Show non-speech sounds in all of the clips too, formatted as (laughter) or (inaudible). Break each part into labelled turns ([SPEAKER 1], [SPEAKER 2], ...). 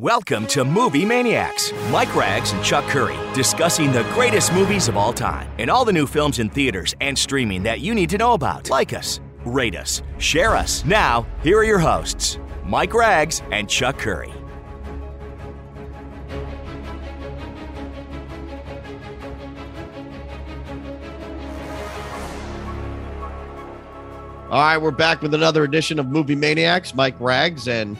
[SPEAKER 1] Welcome to Movie Maniacs. Mike Rags and Chuck Curry discussing the greatest movies of all time and all the new films in theaters and streaming that you need to know about. Like us, rate us, share us. Now, here are your hosts, Mike Rags and Chuck Curry.
[SPEAKER 2] All right, we're back with another edition of Movie Maniacs. Mike Rags and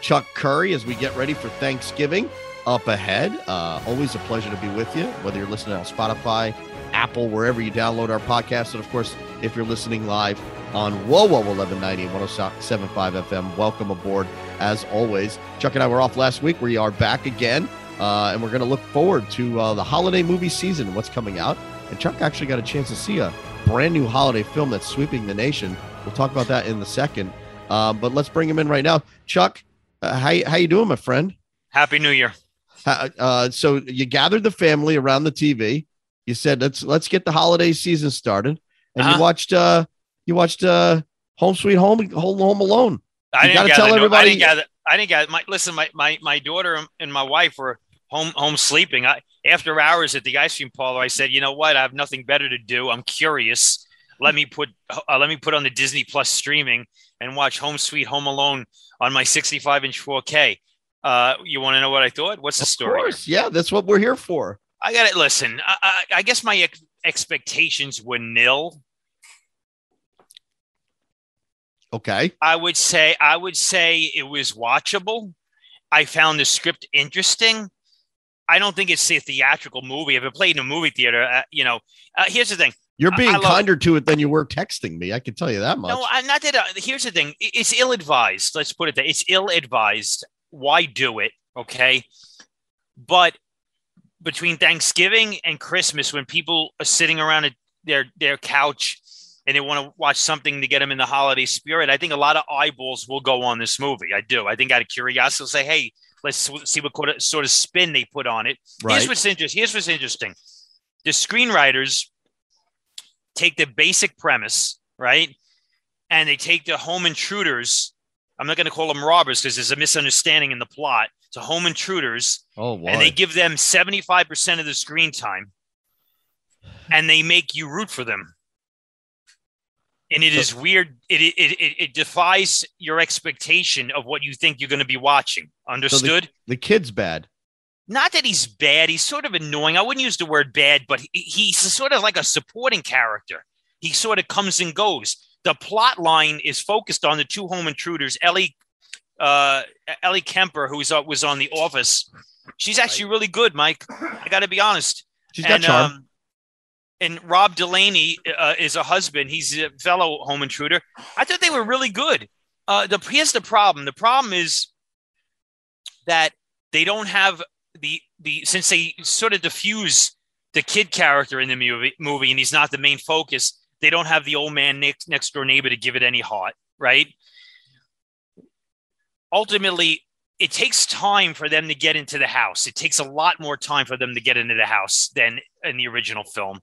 [SPEAKER 2] Chuck Curry as we get ready for Thanksgiving up ahead. Uh, always a pleasure to be with you, whether you're listening on Spotify, Apple, wherever you download our podcast. And of course, if you're listening live on WoWo 1190 and 1075 FM, welcome aboard as always. Chuck and I were off last week. We are back again, uh, and we're going to look forward to uh, the holiday movie season, what's coming out. And Chuck actually got a chance to see a brand new holiday film that's sweeping the nation. We'll talk about that in a second. Um, but let's bring him in right now. Chuck, uh, how you- how you doing, my friend?
[SPEAKER 3] Happy New Year.
[SPEAKER 2] How- Uh, so you gathered the family around the TV. You said let's let's get the holiday season started, and you
[SPEAKER 3] Uh-huh.
[SPEAKER 2] watched uh you watched uh Home Sweet Home Home, Home Alone.
[SPEAKER 3] I
[SPEAKER 2] You gotta
[SPEAKER 3] gather
[SPEAKER 2] tell
[SPEAKER 3] no-
[SPEAKER 2] everybody-
[SPEAKER 3] I didn't gather. I didn't gather. My, listen, my, my my daughter and my wife were home home sleeping. I after hours at the ice cream parlor, I said, you know what? I have nothing better to do. I'm curious. Let me put uh, let me put on the Disney Plus streaming and watch Home Sweet Home Alone on my 65 inch 4K. Uh, you want to know what I thought? What's the
[SPEAKER 2] Of
[SPEAKER 3] story?
[SPEAKER 2] course, yeah, that's what we're here for.
[SPEAKER 3] I got to Listen, I, I, I guess my ex- expectations were nil.
[SPEAKER 2] Okay,
[SPEAKER 3] I would say I would say it was watchable. I found the script interesting. I don't think it's a theatrical movie. If it played in a movie theater, uh, you know, uh, here's the thing.
[SPEAKER 2] you're
[SPEAKER 3] I-
[SPEAKER 2] being
[SPEAKER 3] I love-
[SPEAKER 2] kinder to it than you were texting me. I can tell you that much.
[SPEAKER 3] No, I, not that. Uh, here's the thing. I- It's ill-advised. Let's put it that it's ill-advised. Why do it? Okay, but between Thanksgiving and Christmas, when people are sitting around at their their couch and they want to watch something to get them in the holiday spirit, I think a lot of eyeballs will go on this movie. I do. I think out of curiosity, will say, "Hey, let's s- see what kind of- sort of spin they put on it."
[SPEAKER 2] right?
[SPEAKER 3] Here's what's interesting. Here's what's interesting. The screenwriters take the basic premise, right? And they take the home intruders. I'm not going to call them robbers because there's a misunderstanding in the plot. So home intruders,
[SPEAKER 2] oh, wow.
[SPEAKER 3] and they give them 75% of the screen time, and they make you root for them. And it
[SPEAKER 2] So-
[SPEAKER 3] is weird. It it, it it defies your expectation of what you think you're going to be watching. Understood?
[SPEAKER 2] the kid's bad.
[SPEAKER 3] not that he's bad. He's sort of annoying. I wouldn't use the word bad, but he, he's sort of like a supporting character. He sort of comes and goes. The plot line is focused on the two home intruders, Ellie, uh, Ellie Kemper, who was, uh, was on The Office. She's actually really good, Mike. I got to be honest.
[SPEAKER 2] She's got charm.
[SPEAKER 3] Um, and Rob Delaney uh, is a husband. He's a fellow home intruder. I thought they were really good. Uh, the here's the problem. The problem is that they don't have the the since they sort of diffuse the kid character in the movie movie, and he's not the main focus. They don't have the old man next next door neighbor to give it any heart, right? Ultimately, it takes time for them to get into the house. It takes a lot more time for them to get into the house than in the original film.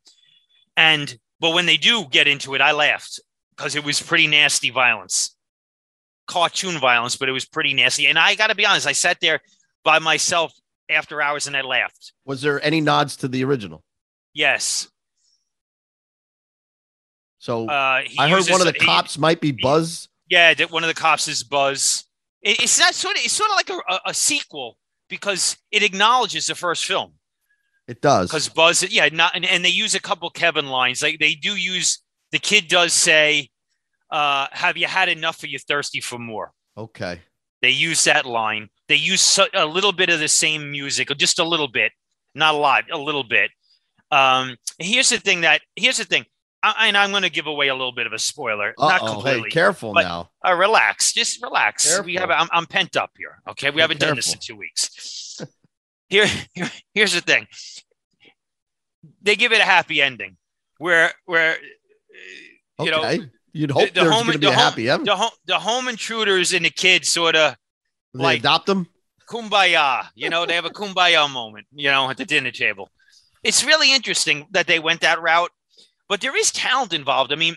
[SPEAKER 3] And but when they do get into it, I laughed because it was pretty nasty violence, cartoon violence, but it was pretty nasty. And I got to be honest, I sat there by myself after hours and I laughed.
[SPEAKER 2] was there any nods to the original?
[SPEAKER 3] Yes,
[SPEAKER 2] So
[SPEAKER 3] uh, he
[SPEAKER 2] I heard
[SPEAKER 3] uses-
[SPEAKER 2] one of the
[SPEAKER 3] he-
[SPEAKER 2] cops might be Buzz.
[SPEAKER 3] Yeah, that one of the cops is Buzz. It, it's not sort of it's sort of like a, a, a sequel because it acknowledges the first film.
[SPEAKER 2] It does.
[SPEAKER 3] because Buzz, yeah, not and, and they use a couple Kevin lines. Like they do use the kid does say, uh, "Have you had enough? Are you thirsty for more?"
[SPEAKER 2] Okay.
[SPEAKER 3] They use that line. They use so, a little bit of the same music, or just a little bit, not a lot, a little bit. Um, here's the thing that here's the thing, I, and I'm going to give away a little bit of a spoiler, not
[SPEAKER 2] Uh-oh.
[SPEAKER 3] completely.
[SPEAKER 2] Hey, careful
[SPEAKER 3] but-
[SPEAKER 2] now.
[SPEAKER 3] Uh, relax, just relax. We have.
[SPEAKER 2] Careful.
[SPEAKER 3] I'm, I'm pent up here. Okay, we
[SPEAKER 2] Be
[SPEAKER 3] haven't done this in two weeks. (laughs) Here, here, here's the thing. They give it a happy ending, where where uh, you
[SPEAKER 2] okay.
[SPEAKER 3] know
[SPEAKER 2] You'd hope
[SPEAKER 3] the
[SPEAKER 2] there's
[SPEAKER 3] home-
[SPEAKER 2] going to be
[SPEAKER 3] the
[SPEAKER 2] a
[SPEAKER 3] home-
[SPEAKER 2] happy end.
[SPEAKER 3] the home the home intruders and the kids sort of
[SPEAKER 2] They
[SPEAKER 3] like-
[SPEAKER 2] adopt them.
[SPEAKER 3] kumbaya. You know, they have a kumbaya moment. You know, at the dinner table. It's really interesting that they went that route, but there is talent involved. I mean,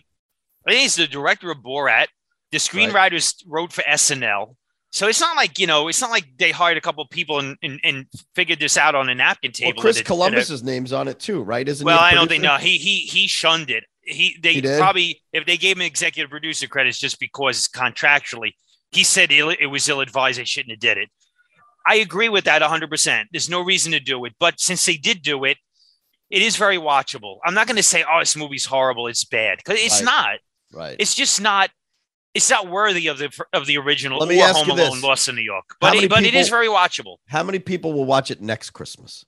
[SPEAKER 3] I think it's the director of Borat. The screenwriters wrote for SNL. So it's not like you know, it's not like they hired a couple people and, and, and figured this out on a napkin table.
[SPEAKER 2] Well, Chris
[SPEAKER 3] and it- and
[SPEAKER 2] Columbus's name's on it too, right?
[SPEAKER 3] it-
[SPEAKER 2] Isn't he
[SPEAKER 3] well,
[SPEAKER 2] a
[SPEAKER 3] I don't think
[SPEAKER 2] producer?
[SPEAKER 3] no. He he he shunned it. He they
[SPEAKER 2] He did?
[SPEAKER 3] probably if they gave him executive producer credits just because contractually he said ill, it was ill advised. They shouldn't have did it. I agree with that 100. percent There's no reason to do it, but since they did do it, it is very watchable. I'm not going to say oh this movie's horrible, it's bad because it's
[SPEAKER 2] Right.
[SPEAKER 3] not.
[SPEAKER 2] Right.
[SPEAKER 3] It's just not. It's not worthy of the of the original
[SPEAKER 2] Let me
[SPEAKER 3] or
[SPEAKER 2] ask
[SPEAKER 3] Home
[SPEAKER 2] you
[SPEAKER 3] Alone
[SPEAKER 2] this.
[SPEAKER 3] Lost in New York.
[SPEAKER 2] How
[SPEAKER 3] But
[SPEAKER 2] many
[SPEAKER 3] it, but it is
[SPEAKER 2] people-
[SPEAKER 3] very watchable.
[SPEAKER 2] How many people will watch it next Christmas?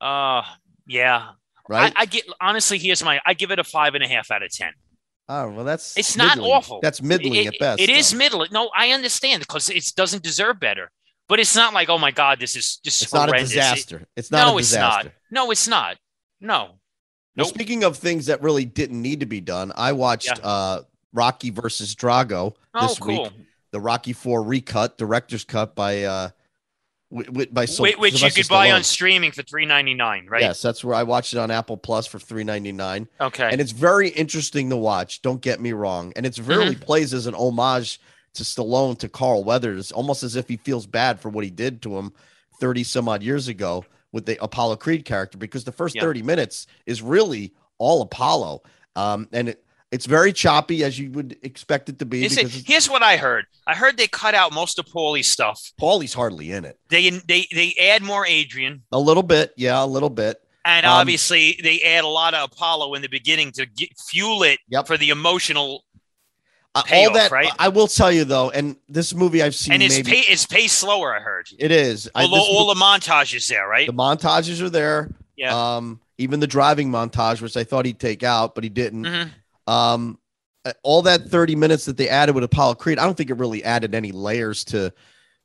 [SPEAKER 3] Uh yeah.
[SPEAKER 2] Right.
[SPEAKER 3] I, I get honestly. Here's my. I give it a five and a half out of ten.
[SPEAKER 2] oh well, that's
[SPEAKER 3] It's not
[SPEAKER 2] middling.
[SPEAKER 3] awful.
[SPEAKER 2] That's middling
[SPEAKER 3] It-
[SPEAKER 2] at best.
[SPEAKER 3] It
[SPEAKER 2] though.
[SPEAKER 3] is middle. No, I understand because it doesn't deserve better. But it's not like oh my god, this is just
[SPEAKER 2] It's not a
[SPEAKER 3] horrendous. It-
[SPEAKER 2] disaster. It's not
[SPEAKER 3] no,
[SPEAKER 2] a
[SPEAKER 3] it's
[SPEAKER 2] disaster.
[SPEAKER 3] not. No, it's not. No.
[SPEAKER 2] Well,
[SPEAKER 3] Nope.
[SPEAKER 2] speaking of things that really didn't need to be done, I watched
[SPEAKER 3] Yeah.
[SPEAKER 2] uh, Rocky versus Drago
[SPEAKER 3] Oh,
[SPEAKER 2] this
[SPEAKER 3] cool.
[SPEAKER 2] week. The Rocky Four recut, director's cut by uh, wi- wi- by Syl-
[SPEAKER 3] Whi- which you
[SPEAKER 2] Sylvester
[SPEAKER 3] could buy on
[SPEAKER 2] Stallone.
[SPEAKER 3] streaming for three ninety nine, right?
[SPEAKER 2] Yes, that's where I watched it on Apple Plus for three ninety nine,
[SPEAKER 3] Okay.
[SPEAKER 2] and it's very interesting to watch. Don't get me wrong, and it's really
[SPEAKER 3] Mm-hmm.
[SPEAKER 2] plays as an homage to Stallone to Carl Weathers, almost as if he feels bad for what he did to him thirty some odd years ago with the Apollo Creed character, because the first
[SPEAKER 3] Yeah.
[SPEAKER 2] thirty minutes is really all Apollo, um, and it, it's very choppy as you would expect it to be
[SPEAKER 3] Is it-
[SPEAKER 2] because it's-
[SPEAKER 3] here's what I heard. I heard they cut out most of Paulie's stuff.
[SPEAKER 2] Paulie's hardly in it.
[SPEAKER 3] They they they add more Adrian.
[SPEAKER 2] A little bit, yeah, a little bit.
[SPEAKER 3] And
[SPEAKER 2] Um,
[SPEAKER 3] obviously, they add a lot of Apollo in the beginning to get, fuel it
[SPEAKER 2] Yep.
[SPEAKER 3] for the emotional,
[SPEAKER 2] Uh, all
[SPEAKER 3] Payoff,
[SPEAKER 2] that
[SPEAKER 3] right?
[SPEAKER 2] I will tell you though, and this movie I've seen
[SPEAKER 3] and it's
[SPEAKER 2] maybe
[SPEAKER 3] pay, it's paced slower. I heard.
[SPEAKER 2] it is. I,
[SPEAKER 3] Although
[SPEAKER 2] this mo-
[SPEAKER 3] all the montages there, right?
[SPEAKER 2] the montages are there.
[SPEAKER 3] Yeah.
[SPEAKER 2] Um, even the driving montage, which I thought he'd take out, but he didn't.
[SPEAKER 3] Mhm.
[SPEAKER 2] Um, uh, all that 30 minutes that they added with Apollo Creed, I don't think it really added any layers to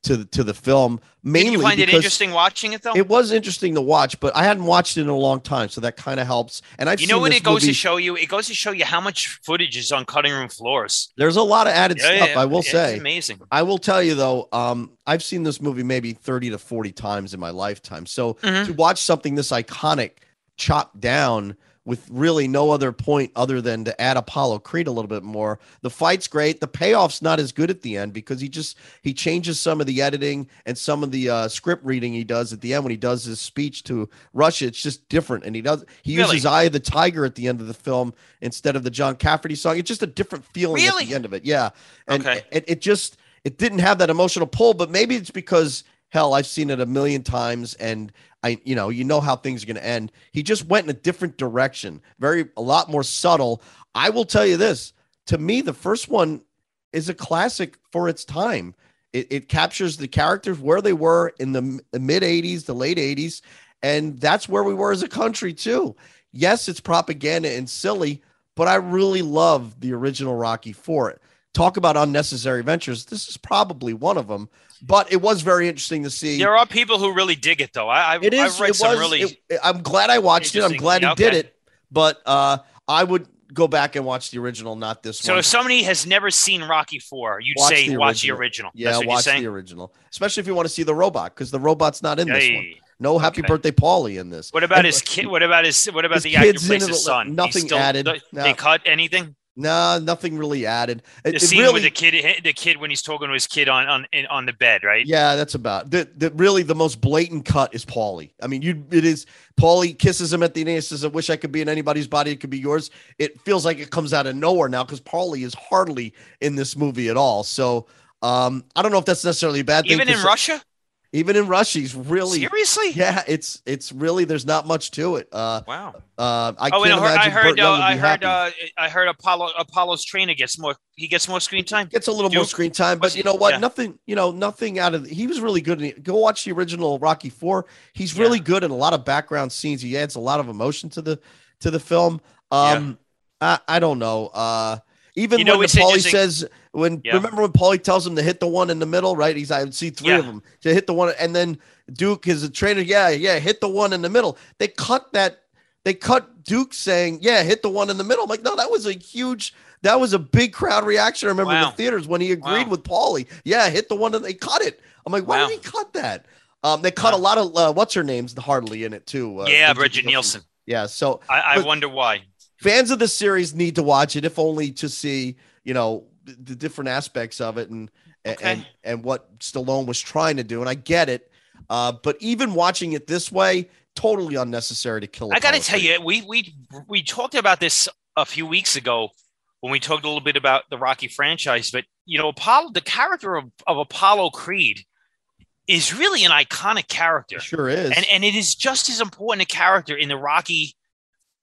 [SPEAKER 2] to the- to the film.
[SPEAKER 3] Did
[SPEAKER 2] Mainly
[SPEAKER 3] you find it
[SPEAKER 2] because
[SPEAKER 3] interesting watching it though?
[SPEAKER 2] It was interesting to watch, but I hadn't watched it in a long time, so that kind of helps. And I've
[SPEAKER 3] you know
[SPEAKER 2] seen
[SPEAKER 3] what
[SPEAKER 2] this
[SPEAKER 3] it goes
[SPEAKER 2] movie-
[SPEAKER 3] to show you? It goes to show you how much footage is on cutting room floors.
[SPEAKER 2] There's a lot of added
[SPEAKER 3] Yeah,
[SPEAKER 2] stuff.
[SPEAKER 3] yeah,
[SPEAKER 2] I will
[SPEAKER 3] it's
[SPEAKER 2] say.
[SPEAKER 3] amazing.
[SPEAKER 2] I will tell you though, um, I've seen this movie maybe 30 to 40 times in my lifetime. So
[SPEAKER 3] Mhm.
[SPEAKER 2] to watch something this iconic chopped down with really no other point other than to add Apollo Creed a little bit more. The fight's great. The payoff's not as good at the end because he just he changes some of the editing and some of the uh, script reading he does at the end when he does his speech to Russia. It's just different, and he does he
[SPEAKER 3] Really?
[SPEAKER 2] uses Eye of the Tiger at the end of the film instead of the John Cafferty song. It's just a different feeling
[SPEAKER 3] Really?
[SPEAKER 2] at the end of it. Yeah, and
[SPEAKER 3] Okay.
[SPEAKER 2] it, it just it didn't have that emotional pull. But maybe it's because hell, I've seen it a million times, and I you know you know how things are going to end. He just went in a different direction, very a lot more subtle. I will tell you this: to me, the first one is a classic for its time. It, it captures the characters where they were in the m- the mid 80s, the late 80s, and that's where we were as a country, too. Yes, it's propaganda and silly, but I really love the original Rocky for it. Talk about unnecessary ventures. This is probably one of them, but it was very interesting to see.
[SPEAKER 3] There are people who really dig it though. I I,
[SPEAKER 2] It
[SPEAKER 3] I
[SPEAKER 2] is.
[SPEAKER 3] read
[SPEAKER 2] it
[SPEAKER 3] some
[SPEAKER 2] was.
[SPEAKER 3] really.
[SPEAKER 2] it- I'm glad I watched it. I'm
[SPEAKER 3] Interesting.
[SPEAKER 2] glad he
[SPEAKER 3] Yeah,
[SPEAKER 2] did
[SPEAKER 3] okay.
[SPEAKER 2] it, but uh, I would go back and watch the original, not this
[SPEAKER 3] so
[SPEAKER 2] one.
[SPEAKER 3] if somebody has never seen Rocky Four, you'd
[SPEAKER 2] Watch
[SPEAKER 3] say
[SPEAKER 2] the
[SPEAKER 3] watch the
[SPEAKER 2] original.
[SPEAKER 3] original.
[SPEAKER 2] yeah,
[SPEAKER 3] That's what you're
[SPEAKER 2] watch
[SPEAKER 3] saying.
[SPEAKER 2] the original, especially if you want to see the robot, because the robot's not in this one.
[SPEAKER 3] Hey.
[SPEAKER 2] No Happy
[SPEAKER 3] okay.
[SPEAKER 2] Birthday, Paulie, in this.
[SPEAKER 3] What about
[SPEAKER 2] And-
[SPEAKER 3] his kid? What about his? What about
[SPEAKER 2] His
[SPEAKER 3] the actor
[SPEAKER 2] kids
[SPEAKER 3] who plays
[SPEAKER 2] in
[SPEAKER 3] his
[SPEAKER 2] it,
[SPEAKER 3] son? He's
[SPEAKER 2] nothing added.
[SPEAKER 3] th-
[SPEAKER 2] No.
[SPEAKER 3] They cut anything.
[SPEAKER 2] Nah, nothing really added. It-
[SPEAKER 3] The
[SPEAKER 2] it
[SPEAKER 3] scene
[SPEAKER 2] really-
[SPEAKER 3] with the kid, the kid when he's talking to his kid on on in, on the bed, right?
[SPEAKER 2] Yeah, that's about the, the really the most blatant cut is Paulie. I mean, you it is Paulie kisses him at the end and says, I wish I could be in anybody's body, it could be yours. It feels like it comes out of nowhere now because Paulie is hardly in this movie at all. So um, I don't know if that's necessarily a bad thing.
[SPEAKER 3] Even in
[SPEAKER 2] 'cause
[SPEAKER 3] Russia,
[SPEAKER 2] even in Russia, he's really
[SPEAKER 3] seriously?
[SPEAKER 2] yeah, it's it's really there's not much to it. Uh
[SPEAKER 3] Wow.
[SPEAKER 2] uh I
[SPEAKER 3] oh,
[SPEAKER 2] can't
[SPEAKER 3] and I heard, I
[SPEAKER 2] imagine Burt
[SPEAKER 3] heard, uh,
[SPEAKER 2] Young would
[SPEAKER 3] I
[SPEAKER 2] be happy.
[SPEAKER 3] heard, uh, I heard Apollo Apollo's trainer gets more. He gets more screen time.
[SPEAKER 2] gets a little more
[SPEAKER 3] Duke?
[SPEAKER 2] screen time,
[SPEAKER 3] Was
[SPEAKER 2] but
[SPEAKER 3] he-
[SPEAKER 2] you know what?
[SPEAKER 3] yeah.
[SPEAKER 2] Nothing, you know, nothing out of. He was really good. In, go watch the original Rocky Four. He's
[SPEAKER 3] Yeah.
[SPEAKER 2] really good in a lot of background scenes. He adds a lot of emotion to the to the film. Um, I, I don't know. Uh, even
[SPEAKER 3] You know,
[SPEAKER 2] when
[SPEAKER 3] it's
[SPEAKER 2] the Paulie
[SPEAKER 3] interesting-
[SPEAKER 2] says when
[SPEAKER 3] Yeah.
[SPEAKER 2] remember when Paulie tells him to hit the one in the middle, right? He's I would see three
[SPEAKER 3] Yeah.
[SPEAKER 2] of them to hit the one, and then Duke is a trainer. Yeah, yeah, hit the one in the middle. They cut that. They cut Duke saying, "Yeah, hit the one in the middle." I'm like, no, that was a huge. That was a big crowd reaction. I remember in
[SPEAKER 3] Wow.
[SPEAKER 2] the theaters when he agreed
[SPEAKER 3] Wow.
[SPEAKER 2] with Paulie. Yeah, hit the one that they cut it. I'm like, why
[SPEAKER 3] Wow.
[SPEAKER 2] did he cut that? Um, they cut a
[SPEAKER 3] Wow. lot
[SPEAKER 2] lot of uh, what's her names hardly in it too. Uh,
[SPEAKER 3] yeah, Bridget Nielsen.
[SPEAKER 2] Yeah, so
[SPEAKER 3] I, I
[SPEAKER 2] But-
[SPEAKER 3] wonder why.
[SPEAKER 2] fans of the series need to watch it, if only to see you know the, the different aspects of it and a-
[SPEAKER 3] Okay.
[SPEAKER 2] and and what Stallone was trying to do, and I get it. Uh, but even watching it this way, totally unnecessary to kill. a
[SPEAKER 3] I got to
[SPEAKER 2] power
[SPEAKER 3] tell
[SPEAKER 2] creep.
[SPEAKER 3] you, we we we talked about this a few weeks ago when we talked a little bit about the Rocky franchise, but you know, Apollo, the character of, of Apollo Creed is really an iconic character,
[SPEAKER 2] It sure is.
[SPEAKER 3] and and it is just as important a character in the Rocky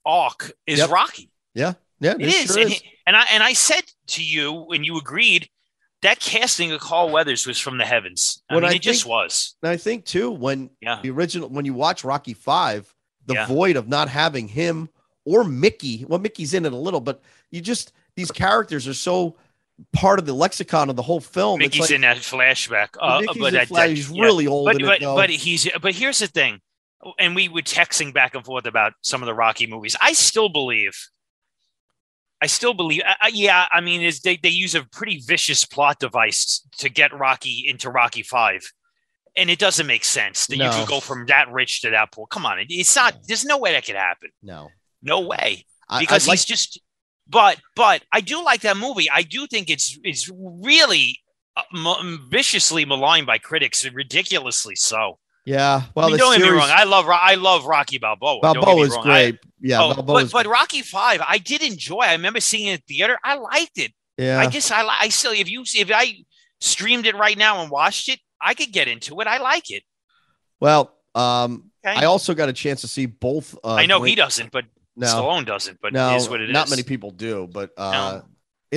[SPEAKER 3] arc is
[SPEAKER 2] Yep.
[SPEAKER 3] Rocky.
[SPEAKER 2] yeah,
[SPEAKER 3] It is,
[SPEAKER 2] sure
[SPEAKER 3] and, he- and I and I said to you, and you agreed. That casting of Carl Weathers was from the heavens. I
[SPEAKER 2] When
[SPEAKER 3] mean,
[SPEAKER 2] I
[SPEAKER 3] it just
[SPEAKER 2] think-
[SPEAKER 3] was.
[SPEAKER 2] And I think too when
[SPEAKER 3] Yeah.
[SPEAKER 2] the original when you watch Rocky Five, the
[SPEAKER 3] Yeah.
[SPEAKER 2] void of not having him or Mickey. Well, Mickey's in it a little, but you just these characters are so part of the lexicon of the whole film.
[SPEAKER 3] Mickey's
[SPEAKER 2] it's like,
[SPEAKER 3] in that flashback. Uh,
[SPEAKER 2] Mickey's
[SPEAKER 3] but
[SPEAKER 2] in
[SPEAKER 3] I-
[SPEAKER 2] Flash, he's
[SPEAKER 3] yeah.
[SPEAKER 2] really old
[SPEAKER 3] but
[SPEAKER 2] in
[SPEAKER 3] but,
[SPEAKER 2] it though.
[SPEAKER 3] but he's but here's the thing and we were texting back and forth about some of the rocky movies i still believe i still believe I, I- yeah i mean is they, they use a pretty vicious plot device to get rocky into rocky 5 and it doesn't make sense that you
[SPEAKER 2] No.
[SPEAKER 3] could go from that rich to that poor come on it, it's not there's no way that could happen
[SPEAKER 2] no,
[SPEAKER 3] no way
[SPEAKER 2] I,
[SPEAKER 3] because
[SPEAKER 2] I like,
[SPEAKER 3] he's just but but i do like that movie i do think it's it's really uh, mo- viciously maligned by critics ridiculously so
[SPEAKER 2] yeah. Well,
[SPEAKER 3] I mean,
[SPEAKER 2] the
[SPEAKER 3] don't get me
[SPEAKER 2] series-
[SPEAKER 3] wrong. I love Ro- I love Rocky Balboa. Don't get me
[SPEAKER 2] Balboa is
[SPEAKER 3] wrong.
[SPEAKER 2] great. yeah,
[SPEAKER 3] I, oh,
[SPEAKER 2] Balboa
[SPEAKER 3] but, but Rocky Five, I did enjoy. I remember seeing it in theater. I liked it.
[SPEAKER 2] yeah.
[SPEAKER 3] I just I li- I still if you if I streamed it right now and watched it, I could get into it. I like it.
[SPEAKER 2] well, um,
[SPEAKER 3] Okay.
[SPEAKER 2] I also got a chance to see both. Uh,
[SPEAKER 3] I know
[SPEAKER 2] Dwayne-
[SPEAKER 3] he doesn't, but
[SPEAKER 2] No,
[SPEAKER 3] Stallone doesn't. But
[SPEAKER 2] no,
[SPEAKER 3] it is what it is.
[SPEAKER 2] not many people do, but uh, it's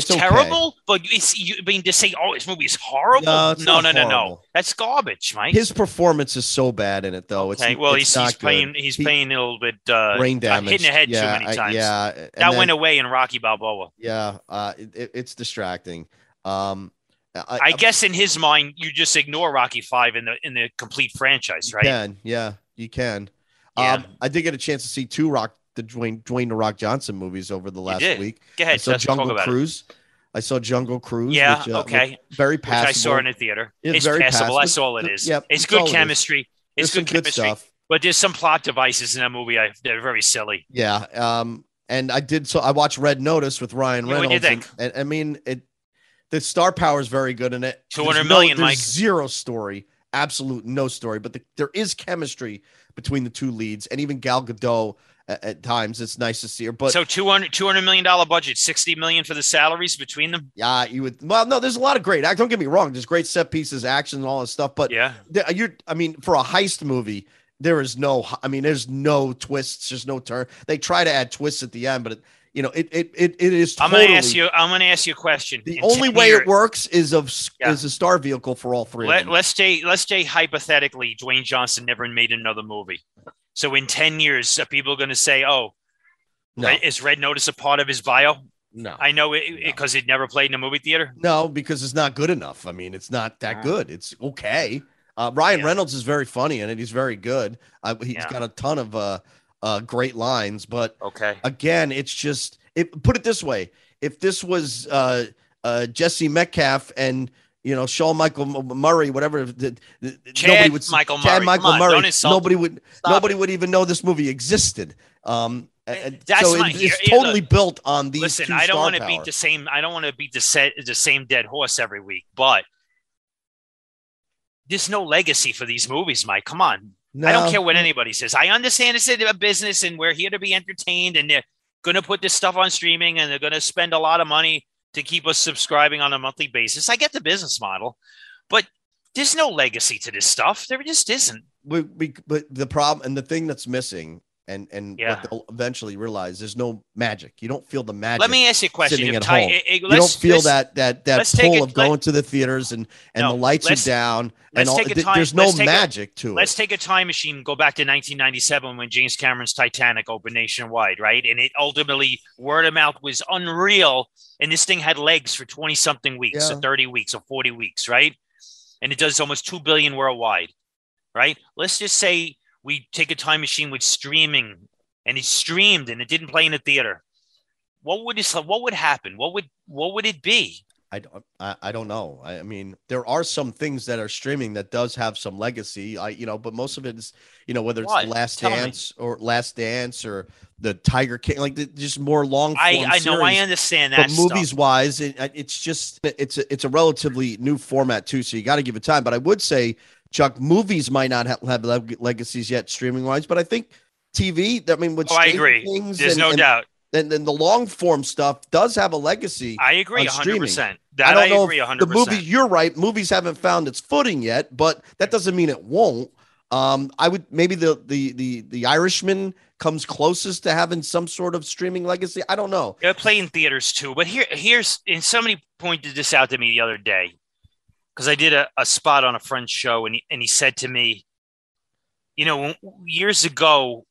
[SPEAKER 3] It's
[SPEAKER 2] okay.
[SPEAKER 3] terrible, but it's you I mean to say oh this movie is horrible.
[SPEAKER 2] No, it's
[SPEAKER 3] no,
[SPEAKER 2] not
[SPEAKER 3] no, no, no.
[SPEAKER 2] horrible.
[SPEAKER 3] That's garbage, Mike.
[SPEAKER 2] His performance is so bad in it, though. It's
[SPEAKER 3] okay, well,
[SPEAKER 2] it's
[SPEAKER 3] he's,
[SPEAKER 2] not
[SPEAKER 3] he's
[SPEAKER 2] good.
[SPEAKER 3] playing he's
[SPEAKER 2] He-
[SPEAKER 3] playing a little bit uh,
[SPEAKER 2] brain
[SPEAKER 3] uh,
[SPEAKER 2] damage.
[SPEAKER 3] hitting the head too
[SPEAKER 2] yeah,
[SPEAKER 3] many
[SPEAKER 2] I-
[SPEAKER 3] times.
[SPEAKER 2] yeah, and
[SPEAKER 3] that
[SPEAKER 2] then-
[SPEAKER 3] went away in Rocky Balboa.
[SPEAKER 2] Yeah, uh, it, it- it's distracting. Um, I,
[SPEAKER 3] I guess in his mind, you just ignore Rocky Five in the in the complete franchise,
[SPEAKER 2] you
[SPEAKER 3] right?
[SPEAKER 2] can. Yeah, you can.
[SPEAKER 3] Yeah.
[SPEAKER 2] Um, I did get a chance to see two Rock the Dwayne Dwayne the Rock Johnson movies over the last
[SPEAKER 3] did.
[SPEAKER 2] week.
[SPEAKER 3] Go
[SPEAKER 2] I
[SPEAKER 3] ahead,
[SPEAKER 2] saw
[SPEAKER 3] just talk
[SPEAKER 2] Jungle
[SPEAKER 3] about it.
[SPEAKER 2] Cruise. I saw Jungle Cruise.
[SPEAKER 3] Yeah,
[SPEAKER 2] which, uh, looked
[SPEAKER 3] okay.
[SPEAKER 2] very
[SPEAKER 3] Which I
[SPEAKER 2] passable.
[SPEAKER 3] saw in a theater.
[SPEAKER 2] It's
[SPEAKER 3] It's,
[SPEAKER 2] very
[SPEAKER 3] passable. That's
[SPEAKER 2] passable.
[SPEAKER 3] all it
[SPEAKER 2] Th-
[SPEAKER 3] is.
[SPEAKER 2] yep,
[SPEAKER 3] it's
[SPEAKER 2] that's all
[SPEAKER 3] good
[SPEAKER 2] it is.
[SPEAKER 3] chemistry.
[SPEAKER 2] There's
[SPEAKER 3] It's
[SPEAKER 2] some
[SPEAKER 3] good chemistry.
[SPEAKER 2] stuff.
[SPEAKER 3] But there's some plot devices in that movie I, they're very silly.
[SPEAKER 2] Yeah. Um, and I did so I watched Red Notice with Ryan
[SPEAKER 3] Yeah, what'd
[SPEAKER 2] Reynolds.
[SPEAKER 3] you
[SPEAKER 2] and- And, I mean it the star power is very good in it.
[SPEAKER 3] 200
[SPEAKER 2] There's
[SPEAKER 3] million,
[SPEAKER 2] there's
[SPEAKER 3] Mike.
[SPEAKER 2] Zero story, absolute no story, but the, there is chemistry between the two leads and even Gal Gadot at, at times it's nice to see her. But
[SPEAKER 3] so 200, 200 million dollar budget, sixty million for the salaries between them.
[SPEAKER 2] yeah, you would well no, there's a lot of great act. Don't get me wrong, there's great set pieces, action, and all this stuff, but
[SPEAKER 3] Yeah,
[SPEAKER 2] the- uh, you're i mean for a heist movie there is no i mean there's no twists there's no turn they try to add twists at the end but it, you know it it it, it is
[SPEAKER 3] I'm
[SPEAKER 2] totally,
[SPEAKER 3] gonna ask you. I'm gonna ask you a question.
[SPEAKER 2] the
[SPEAKER 3] In
[SPEAKER 2] only
[SPEAKER 3] 10
[SPEAKER 2] way
[SPEAKER 3] years-
[SPEAKER 2] it works is of s-
[SPEAKER 3] Yeah.
[SPEAKER 2] is a star vehicle for all three of
[SPEAKER 3] Let,
[SPEAKER 2] them.
[SPEAKER 3] let's say let's say hypothetically, Dwayne Johnson never made another movie. So in ten years, are people going to say, "Oh,
[SPEAKER 2] No.
[SPEAKER 3] Red- is Red Notice a part of his bio?"
[SPEAKER 2] no
[SPEAKER 3] I know it because it never played in a movie theater.
[SPEAKER 2] no because it's not good enough i mean it's not that
[SPEAKER 3] Ah.
[SPEAKER 2] good it's okay uh, ryan
[SPEAKER 3] Yeah.
[SPEAKER 2] reynolds is very funny in it he's very good uh, He's
[SPEAKER 3] Yeah.
[SPEAKER 2] got a ton of uh, uh great lines but
[SPEAKER 3] Okay.
[SPEAKER 2] again, it's just it. Put it this way: if this was uh, uh, Jesse Metcalf and you know Shawn Michael M- Murray, whatever, the, the,
[SPEAKER 3] Chad
[SPEAKER 2] nobody would s-
[SPEAKER 3] Michael
[SPEAKER 2] Chad
[SPEAKER 3] Murray.
[SPEAKER 2] Michael
[SPEAKER 3] Come on,
[SPEAKER 2] Murray,
[SPEAKER 3] don't insult
[SPEAKER 2] nobody would
[SPEAKER 3] Stop Eh,
[SPEAKER 2] nobody would even know this movie existed. Um, and- and
[SPEAKER 3] That's
[SPEAKER 2] so it-
[SPEAKER 3] my- here-
[SPEAKER 2] it's
[SPEAKER 3] here,
[SPEAKER 2] totally built on these.
[SPEAKER 3] Listen,
[SPEAKER 2] two
[SPEAKER 3] I don't
[SPEAKER 2] star
[SPEAKER 3] want to beat
[SPEAKER 2] power.
[SPEAKER 3] the same. I don't want to beat the set the same dead horse every week, but there's no legacy for these movies, Mike. Come on.
[SPEAKER 2] No.
[SPEAKER 3] I don't care what anybody says. I understand it's a business and we're here to be entertained and they're going to put this stuff on streaming and they're going to spend a lot of money to keep us subscribing on a monthly basis. I get the business model, but there's no legacy to this stuff. There just isn't.
[SPEAKER 2] we, we but the problem and the thing that's missing and and
[SPEAKER 3] Yeah.
[SPEAKER 2] what they'll eventually realize there's no magic. You don't feel the magic.
[SPEAKER 3] Let me ask you a question.
[SPEAKER 2] sitting at
[SPEAKER 3] If Ty-
[SPEAKER 2] home.
[SPEAKER 3] eh, eh,
[SPEAKER 2] you don't
[SPEAKER 3] let's-
[SPEAKER 2] feel
[SPEAKER 3] let's-
[SPEAKER 2] that that that
[SPEAKER 3] let's take
[SPEAKER 2] pull
[SPEAKER 3] it-
[SPEAKER 2] of going to the theaters and and
[SPEAKER 3] No,
[SPEAKER 2] the lights are
[SPEAKER 3] let's-
[SPEAKER 2] down and
[SPEAKER 3] let's
[SPEAKER 2] all,
[SPEAKER 3] take a
[SPEAKER 2] th-
[SPEAKER 3] time-
[SPEAKER 2] there's no
[SPEAKER 3] let's take a-
[SPEAKER 2] magic to
[SPEAKER 3] Let's
[SPEAKER 2] it.
[SPEAKER 3] take a time machine, go back to 1997 when James Cameron's Titanic opened nationwide, right? And it ultimately, word of mouth was unreal. And this thing had legs for 20 something weeks,
[SPEAKER 2] Yeah.
[SPEAKER 3] or 30 weeks, or 40 weeks, right? And it does almost 2 billion worldwide, right? Let's just say we take a time machine with streaming and it streamed and it didn't play in a theater. What would this, what would happen? What would, what would it be?
[SPEAKER 2] I don't. I, I don't know. I, I mean, there are some things that are streaming that does have some legacy. I, you know, but most of it is, you know, whether it's
[SPEAKER 3] What?
[SPEAKER 2] The Last
[SPEAKER 3] Tell me.
[SPEAKER 2] Dance or Last Dance or the Tiger King, like the, just more long.
[SPEAKER 3] I,
[SPEAKER 2] form
[SPEAKER 3] I know I
[SPEAKER 2] series.
[SPEAKER 3] understand that
[SPEAKER 2] But
[SPEAKER 3] stuff.
[SPEAKER 2] movies wise, it, uh, it's just it's a, it's a relatively new format too, so you got to give it time. But I would say, Chuck, movies might not have, have leg- legacies yet, streaming wise. But I think TV. I mean, with
[SPEAKER 3] Oh, I
[SPEAKER 2] Stranger
[SPEAKER 3] agree.
[SPEAKER 2] Things
[SPEAKER 3] There's
[SPEAKER 2] and,
[SPEAKER 3] no
[SPEAKER 2] and,
[SPEAKER 3] doubt.
[SPEAKER 2] and then the long form stuff does have a legacy.
[SPEAKER 3] I agree
[SPEAKER 2] on streaming.
[SPEAKER 3] 100%.
[SPEAKER 2] I
[SPEAKER 3] That
[SPEAKER 2] don't
[SPEAKER 3] I,
[SPEAKER 2] know if
[SPEAKER 3] agree 100%.
[SPEAKER 2] the movie you're right movies haven't found its footing yet but that doesn't mean it won't um i would maybe the the the the irishman comes closest to having some sort of streaming legacy i don't know
[SPEAKER 3] They're playing theaters too. But here, here's, and somebody pointed this out to me the other day because I did a, a spot on a friend's show, and he, and he said to me, you know, when- years ago,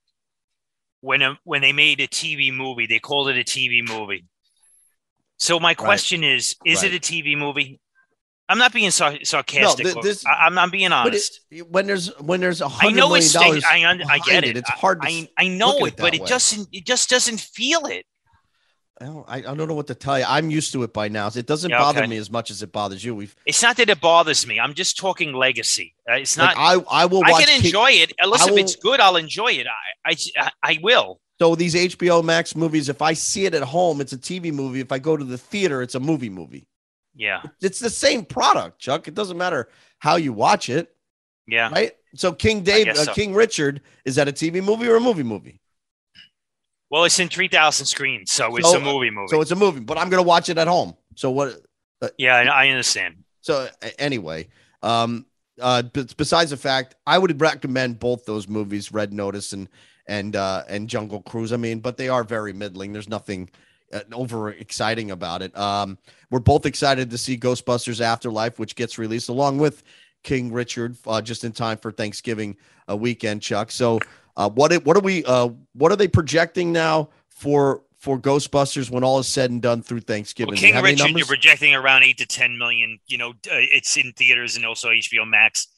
[SPEAKER 3] when a, when they made a TV movie, they called it a TV movie. So my question is, is
[SPEAKER 2] Right.
[SPEAKER 3] it a TV movie? I'm not being sar- sarcastic.
[SPEAKER 2] th- this-
[SPEAKER 3] I, am I'm being
[SPEAKER 2] but
[SPEAKER 3] honest.
[SPEAKER 2] it, when there's when there's a
[SPEAKER 3] I
[SPEAKER 2] hundred
[SPEAKER 3] know
[SPEAKER 2] million
[SPEAKER 3] it's. I,
[SPEAKER 2] dollars
[SPEAKER 3] I, un- I
[SPEAKER 2] behind
[SPEAKER 3] get it.
[SPEAKER 2] it's hard to
[SPEAKER 3] I, I know
[SPEAKER 2] look at
[SPEAKER 3] it,
[SPEAKER 2] it
[SPEAKER 3] but
[SPEAKER 2] that
[SPEAKER 3] it
[SPEAKER 2] way.
[SPEAKER 3] doesn't. It just doesn't feel it.
[SPEAKER 2] I don't, I, I don't know what to tell you i'm used to it by now it doesn't
[SPEAKER 3] Yeah,
[SPEAKER 2] bother
[SPEAKER 3] okay.
[SPEAKER 2] me as much as it bothers you we've
[SPEAKER 3] It's not that it bothers me. I'm just talking legacy. Uh, it's not.
[SPEAKER 2] like i i will
[SPEAKER 3] I
[SPEAKER 2] watch
[SPEAKER 3] can
[SPEAKER 2] King-
[SPEAKER 3] enjoy it. Uh, Listen,
[SPEAKER 2] will-
[SPEAKER 3] if it's good, I'll enjoy it. I, I, I- I will.
[SPEAKER 2] so these hbo max movies if i see it at home it's a tv movie if i go to the theater it's a movie movie
[SPEAKER 3] Yeah,
[SPEAKER 2] it's the same product, Chuck. It doesn't matter how you watch it,
[SPEAKER 3] yeah.
[SPEAKER 2] right? So King David,
[SPEAKER 3] guess
[SPEAKER 2] uh,
[SPEAKER 3] so.
[SPEAKER 2] King Richard, is that a TV movie or a movie movie?
[SPEAKER 3] Well, it's in three thousand screens, so it's
[SPEAKER 2] So,
[SPEAKER 3] a movie movie.
[SPEAKER 2] So it's a movie, but I'm gonna watch it at home. So what?
[SPEAKER 3] yeah, I, I understand.
[SPEAKER 2] So a- anyway, um, uh, b- besides the fact, I would recommend both those movies, Red Notice and and uh, and Jungle Cruise. I mean, but they are very middling. There's nothing uh, over exciting about it. Um, we're both excited to see Ghostbusters Afterlife, which gets released along with King Richard, uh, just in time for Thanksgiving uh, weekend, Chuck. So, uh, what it, what are we? Uh, what are they projecting now for? For Ghostbusters, when all is said and done through Thanksgiving,
[SPEAKER 3] Well,
[SPEAKER 2] Do you
[SPEAKER 3] King
[SPEAKER 2] have any
[SPEAKER 3] Richard,
[SPEAKER 2] numbers?
[SPEAKER 3] you're projecting around eight to ten million. You know, uh, it's in theaters and also HBO Max.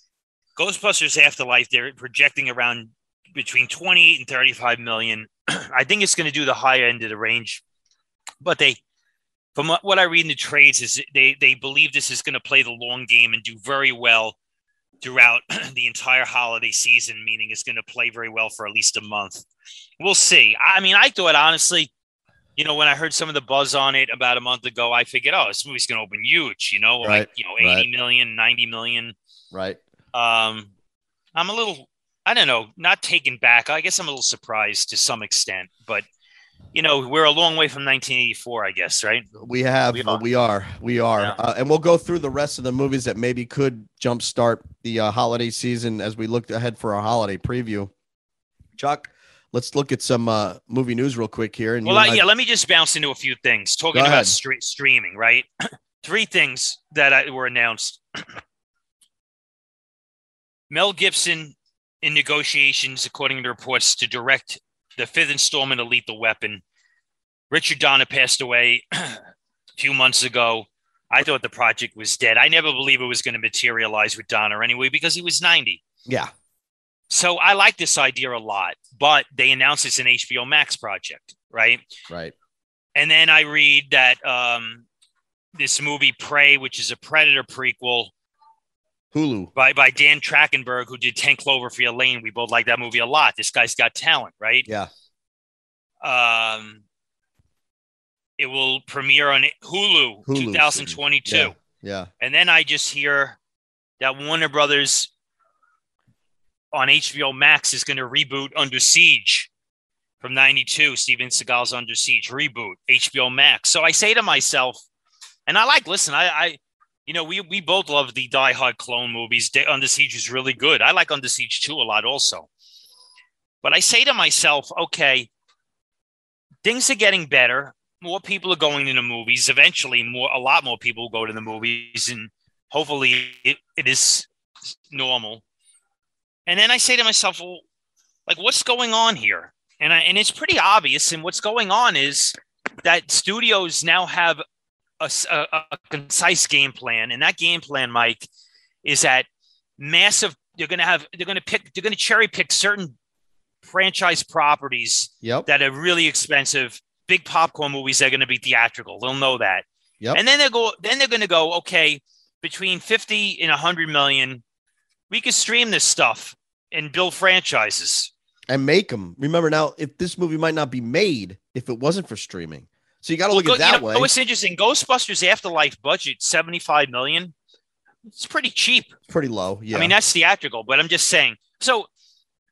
[SPEAKER 3] Ghostbusters Afterlife, they're projecting around between 28 and 35 million. (clears throat) I think it's going to do the high end of the range, but they, from what- what I read in the trades, is they they believe this is going to play the long game and do very well throughout (clears throat) the entire holiday season. Meaning, it's going to play very well for at least a month. We'll see. I mean, I thought honestly you know, when I heard some of the buzz on it about a month ago, I figured, oh, this movie's going to open huge, you know,
[SPEAKER 2] Right,
[SPEAKER 3] like, you know,
[SPEAKER 2] right.
[SPEAKER 3] eighty million, ninety million.
[SPEAKER 2] right?
[SPEAKER 3] Um, I'm a little, I don't know, not taken back. I guess I'm a little surprised to some extent, but, you know, we're a long way from 1984, I guess, right?
[SPEAKER 2] We have.
[SPEAKER 3] We
[SPEAKER 2] We
[SPEAKER 3] are.
[SPEAKER 2] are. We are. We are.
[SPEAKER 3] Yeah.
[SPEAKER 2] Uh, and we'll go through the rest of the movies that maybe could jumpstart the uh, holiday season as we look ahead for our holiday preview. Chuck, let's look at some uh, movie news real quick here. And you
[SPEAKER 3] Well, I,
[SPEAKER 2] and I-
[SPEAKER 3] yeah, let me just bounce into a few things. Talking
[SPEAKER 2] Go
[SPEAKER 3] about
[SPEAKER 2] ahead.
[SPEAKER 3] stre- streaming, right? (clears throat) Three things that I, were announced. (clears throat) Mel Gibson in negotiations, according to reports, to direct the fifth installment of Lethal Weapon. Richard Donner passed away (clears throat) a few months ago. I thought the project was dead. I never believed it was going to materialize with Donner anyway because he was 90.
[SPEAKER 2] yeah.
[SPEAKER 3] So I like this idea a lot, but they announced it's an HBO Max project, right?
[SPEAKER 2] Right.
[SPEAKER 3] And then I read that um, this movie Prey, which is a Predator prequel
[SPEAKER 2] Hulu.
[SPEAKER 3] by, by Dan Trachtenberg, who did 10 Cloverfield Lane. We both like that movie a lot. This guy's got talent, right?
[SPEAKER 2] Yeah.
[SPEAKER 3] Um, it will premiere on Hulu,
[SPEAKER 2] Hulu,
[SPEAKER 3] 2022.
[SPEAKER 2] yeah. Yeah.
[SPEAKER 3] And then I just hear that Warner Brothers on HBO Max is going to reboot Under Siege from 92, Steven Seagal's Under Siege reboot, HBO Max. So I say to myself, and I like, listen, I, I you know, we, we both love the Die Hard clone movies. Da- Under Siege is really good. I like Under Siege 2 a lot also. But I say to myself, okay, things are getting better more people are going to the movies. Eventually, more a lot more people go to the movies, and hopefully, it, it is normal. And then I say to myself, well, like, what's going on here? And I, and it's pretty obvious. And what's going on is that studios now have a, s- a- a concise game plan, and that game plan, Mike, is that massive. They're going to have. They're going to pick. They're going to cherry pick certain franchise properties
[SPEAKER 2] Yep.
[SPEAKER 3] that are really expensive, big popcorn movies that are going to be theatrical. They'll know that.
[SPEAKER 2] Yep.
[SPEAKER 3] And then they go then they're gonna go, okay, between 50 and 100 million, we could stream this stuff and build franchises.
[SPEAKER 2] and make them. Remember now, if this movie might not be made if it wasn't for streaming, so you got to look
[SPEAKER 3] Go-
[SPEAKER 2] at it that
[SPEAKER 3] you know,
[SPEAKER 2] way.
[SPEAKER 3] What's interesting, Ghostbusters Afterlife budget 75 million. It's pretty cheap.
[SPEAKER 2] It's pretty low. Yeah,
[SPEAKER 3] I mean, that's theatrical, but I'm just saying. So,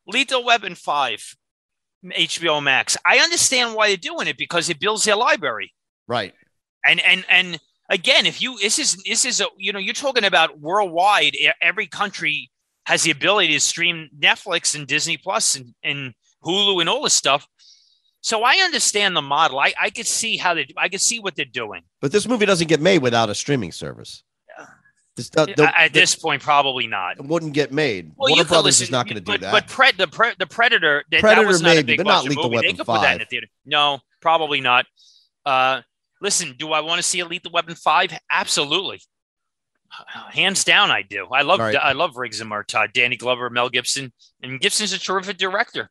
[SPEAKER 3] Lethal Weapon 5, HBO Max. I understand why they're doing it because it builds their library.
[SPEAKER 2] right.
[SPEAKER 3] And and and again, if you this is this is a you know you're talking about worldwide. e- Every country has the ability to stream Netflix and Disney Plus and, and Hulu and all this stuff. So I understand the model. I I could see how they I could see what they're doing
[SPEAKER 2] But this movie doesn't get made without a streaming service. This, uh, the-
[SPEAKER 3] at
[SPEAKER 2] the-
[SPEAKER 3] this point. Probably not.
[SPEAKER 2] it wouldn't get made.
[SPEAKER 3] Well, you
[SPEAKER 2] Warner
[SPEAKER 3] could
[SPEAKER 2] Brothers
[SPEAKER 3] listen-
[SPEAKER 2] is not going to do
[SPEAKER 3] but,
[SPEAKER 2] that.
[SPEAKER 3] But Pred, the, pre, the Predator, that, that
[SPEAKER 2] Predator
[SPEAKER 3] was not a
[SPEAKER 2] maybe,
[SPEAKER 3] big
[SPEAKER 2] but not
[SPEAKER 3] budget
[SPEAKER 2] Lethal
[SPEAKER 3] movie. They
[SPEAKER 2] Weapon
[SPEAKER 3] could put that
[SPEAKER 2] 5.
[SPEAKER 3] in the theater. No, probably not. Uh, listen, do I want to see a Lethal Weapon Five? Absolutely, hands down, I do. I love
[SPEAKER 2] All right.
[SPEAKER 3] I love Riggs and Murtaugh, Danny Glover, Mel Gibson, and Gibson's a terrific director.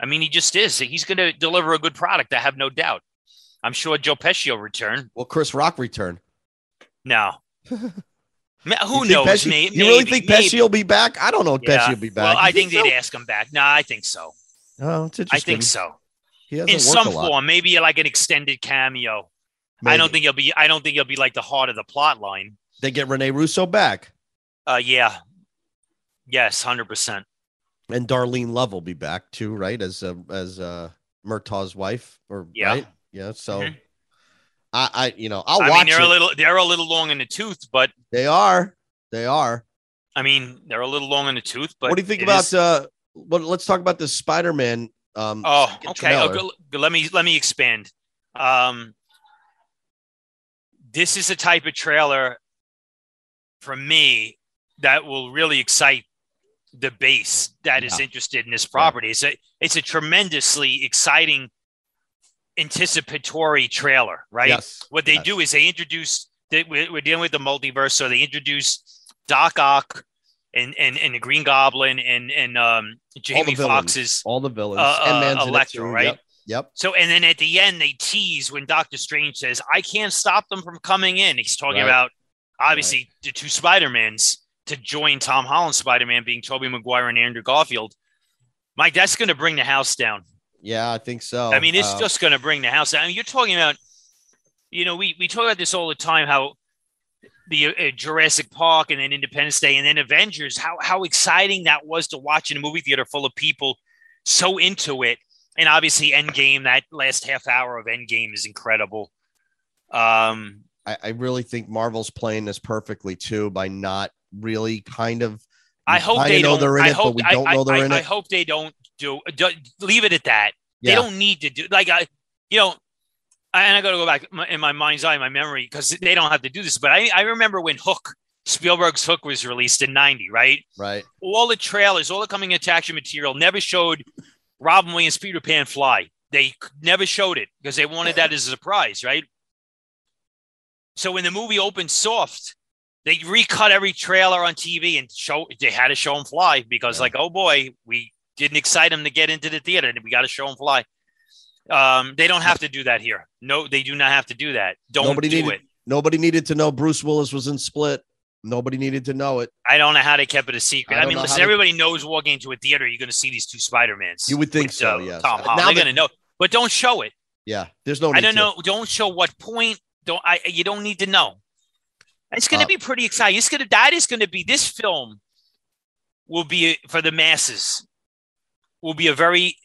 [SPEAKER 3] I mean, he just is. He's going to deliver a good product. I have no doubt. I'm sure Joe Pesci will return.
[SPEAKER 2] Will Chris Rock return? (laughs)
[SPEAKER 3] No, Ma-
[SPEAKER 2] You
[SPEAKER 3] who
[SPEAKER 2] think
[SPEAKER 3] knows?
[SPEAKER 2] Pesci-
[SPEAKER 3] May-
[SPEAKER 2] you really
[SPEAKER 3] maybe,
[SPEAKER 2] think
[SPEAKER 3] maybe.
[SPEAKER 2] Pesci will be back? I don't know if
[SPEAKER 3] Yeah.
[SPEAKER 2] Pesci will be back.
[SPEAKER 3] Well, I think
[SPEAKER 2] so?
[SPEAKER 3] they'd ask him back. No, I think so.
[SPEAKER 2] Oh, it's
[SPEAKER 3] I
[SPEAKER 2] interesting.
[SPEAKER 3] think so.
[SPEAKER 2] He doesn't
[SPEAKER 3] In
[SPEAKER 2] work
[SPEAKER 3] some
[SPEAKER 2] a lot,
[SPEAKER 3] form, maybe like an extended cameo. I don't
[SPEAKER 2] maybe.
[SPEAKER 3] think he'll be. I don't think he'll be like the heart of the plot line.
[SPEAKER 2] they get Rene Russo back
[SPEAKER 3] Uh, yeah, yes, hundred percent.
[SPEAKER 2] and Darlene Love will be back too, right? As uh, as uh, Murtaugh's wife, or
[SPEAKER 3] Yeah.
[SPEAKER 2] right? Yeah. So
[SPEAKER 3] Mhm.
[SPEAKER 2] I, I, you know, I'll
[SPEAKER 3] I mean,
[SPEAKER 2] watch
[SPEAKER 3] they're
[SPEAKER 2] it.
[SPEAKER 3] a little. They're a little long in the tooth, but
[SPEAKER 2] They are. They are.
[SPEAKER 3] I mean, they're a little long in the tooth. But
[SPEAKER 2] what do you think
[SPEAKER 3] it
[SPEAKER 2] about
[SPEAKER 3] is-
[SPEAKER 2] uh what let's talk about this Spider-Man um
[SPEAKER 3] oh,
[SPEAKER 2] second
[SPEAKER 3] okay. Oh,
[SPEAKER 2] trailer.
[SPEAKER 3] go- go- let me let me expand. Um, this is the type of trailer for me that will really excite the base that is
[SPEAKER 2] Yeah.
[SPEAKER 3] interested in this property. It's a it's a tremendously exciting anticipatory trailer, right?
[SPEAKER 2] Yes.
[SPEAKER 3] What they
[SPEAKER 2] Yes.
[SPEAKER 3] do is they introduce they, we're we're dealing with the multiverse, so they introduce Doc Ock and and, and the Green Goblin and and um, Jamie
[SPEAKER 2] villains.
[SPEAKER 3] Fox's
[SPEAKER 2] all the villains
[SPEAKER 3] uh,
[SPEAKER 2] and
[SPEAKER 3] uh,
[SPEAKER 2] man's in it
[SPEAKER 3] Electro,
[SPEAKER 2] too.
[SPEAKER 3] right?
[SPEAKER 2] Yep. Yep.
[SPEAKER 3] So, and then at the end, they tease when Doctor Strange says, I can't stop them from coming in. He's talking
[SPEAKER 2] Right.
[SPEAKER 3] about obviously the two Spider-Mans to join Tom Holland's Spider-Man being Tobey Maguire and Andrew Garfield. Mike, that's going to bring the house down.
[SPEAKER 2] Yeah, I think so.
[SPEAKER 3] I mean, it's
[SPEAKER 2] Um,
[SPEAKER 3] just going to bring the house down. I mean, you're talking about, you know, we, we talk about this all the time, how the uh, Jurassic Park and then Independence Day and then Avengers, how, how exciting that was to watch in a movie theater full of people so into it. And obviously Endgame, that last half hour of Endgame is incredible. Um,
[SPEAKER 2] I, I really think Marvel's playing this perfectly too by not really kind of
[SPEAKER 3] I
[SPEAKER 2] We
[SPEAKER 3] hope
[SPEAKER 2] kinda
[SPEAKER 3] they
[SPEAKER 2] know
[SPEAKER 3] don't.
[SPEAKER 2] they're in
[SPEAKER 3] I
[SPEAKER 2] it, but
[SPEAKER 3] hope
[SPEAKER 2] we
[SPEAKER 3] I-
[SPEAKER 2] don't
[SPEAKER 3] I,
[SPEAKER 2] know they're
[SPEAKER 3] I-
[SPEAKER 2] in
[SPEAKER 3] I
[SPEAKER 2] it.
[SPEAKER 3] hope they don't do, do. Leave it at that.
[SPEAKER 2] Yeah.
[SPEAKER 3] They don't need to do like I, you know. I- And I got to go back my- in my mind's eye, my memory, because they don't have to do this. But I, I remember when Hook, Spielberg's Hook, was released in '90, right?
[SPEAKER 2] right.
[SPEAKER 3] All the trailers, all the coming attraction material, never showed Robin Williams, Peter Pan fly. They c- never showed it because they wanted that as a surprise, right? So when the movie opened soft, they recut every trailer on TV and show they had to show him fly because,
[SPEAKER 2] Yeah.
[SPEAKER 3] like, oh boy, we didn't excite him to get into the theater, and we got to show him fly. Um, they don't have to do that here. No, they do not have to do that. Don't
[SPEAKER 2] Nobody
[SPEAKER 3] do
[SPEAKER 2] needed-
[SPEAKER 3] it.
[SPEAKER 2] Nobody needed to know Bruce Willis was in Split. Nobody needed to know it.
[SPEAKER 3] I don't know how they kept it a secret.
[SPEAKER 2] I
[SPEAKER 3] I,
[SPEAKER 2] don't
[SPEAKER 3] mean,
[SPEAKER 2] know
[SPEAKER 3] listen,
[SPEAKER 2] how they-
[SPEAKER 3] everybody knows walking into a theater, you're going to see these two Spider Mans.
[SPEAKER 2] You would think so, yes.
[SPEAKER 3] Tom
[SPEAKER 2] Uh, now
[SPEAKER 3] Holland. They're
[SPEAKER 2] that-
[SPEAKER 3] going to know, but don't show it.
[SPEAKER 2] Yeah. There's no.
[SPEAKER 3] I
[SPEAKER 2] need
[SPEAKER 3] don't
[SPEAKER 2] to.
[SPEAKER 3] know. Don't show what point. Don't I? You don't need to know. It's going to
[SPEAKER 2] Uh,
[SPEAKER 3] be pretty exciting. It's going to that is going to be this film will be for the masses. Will be a very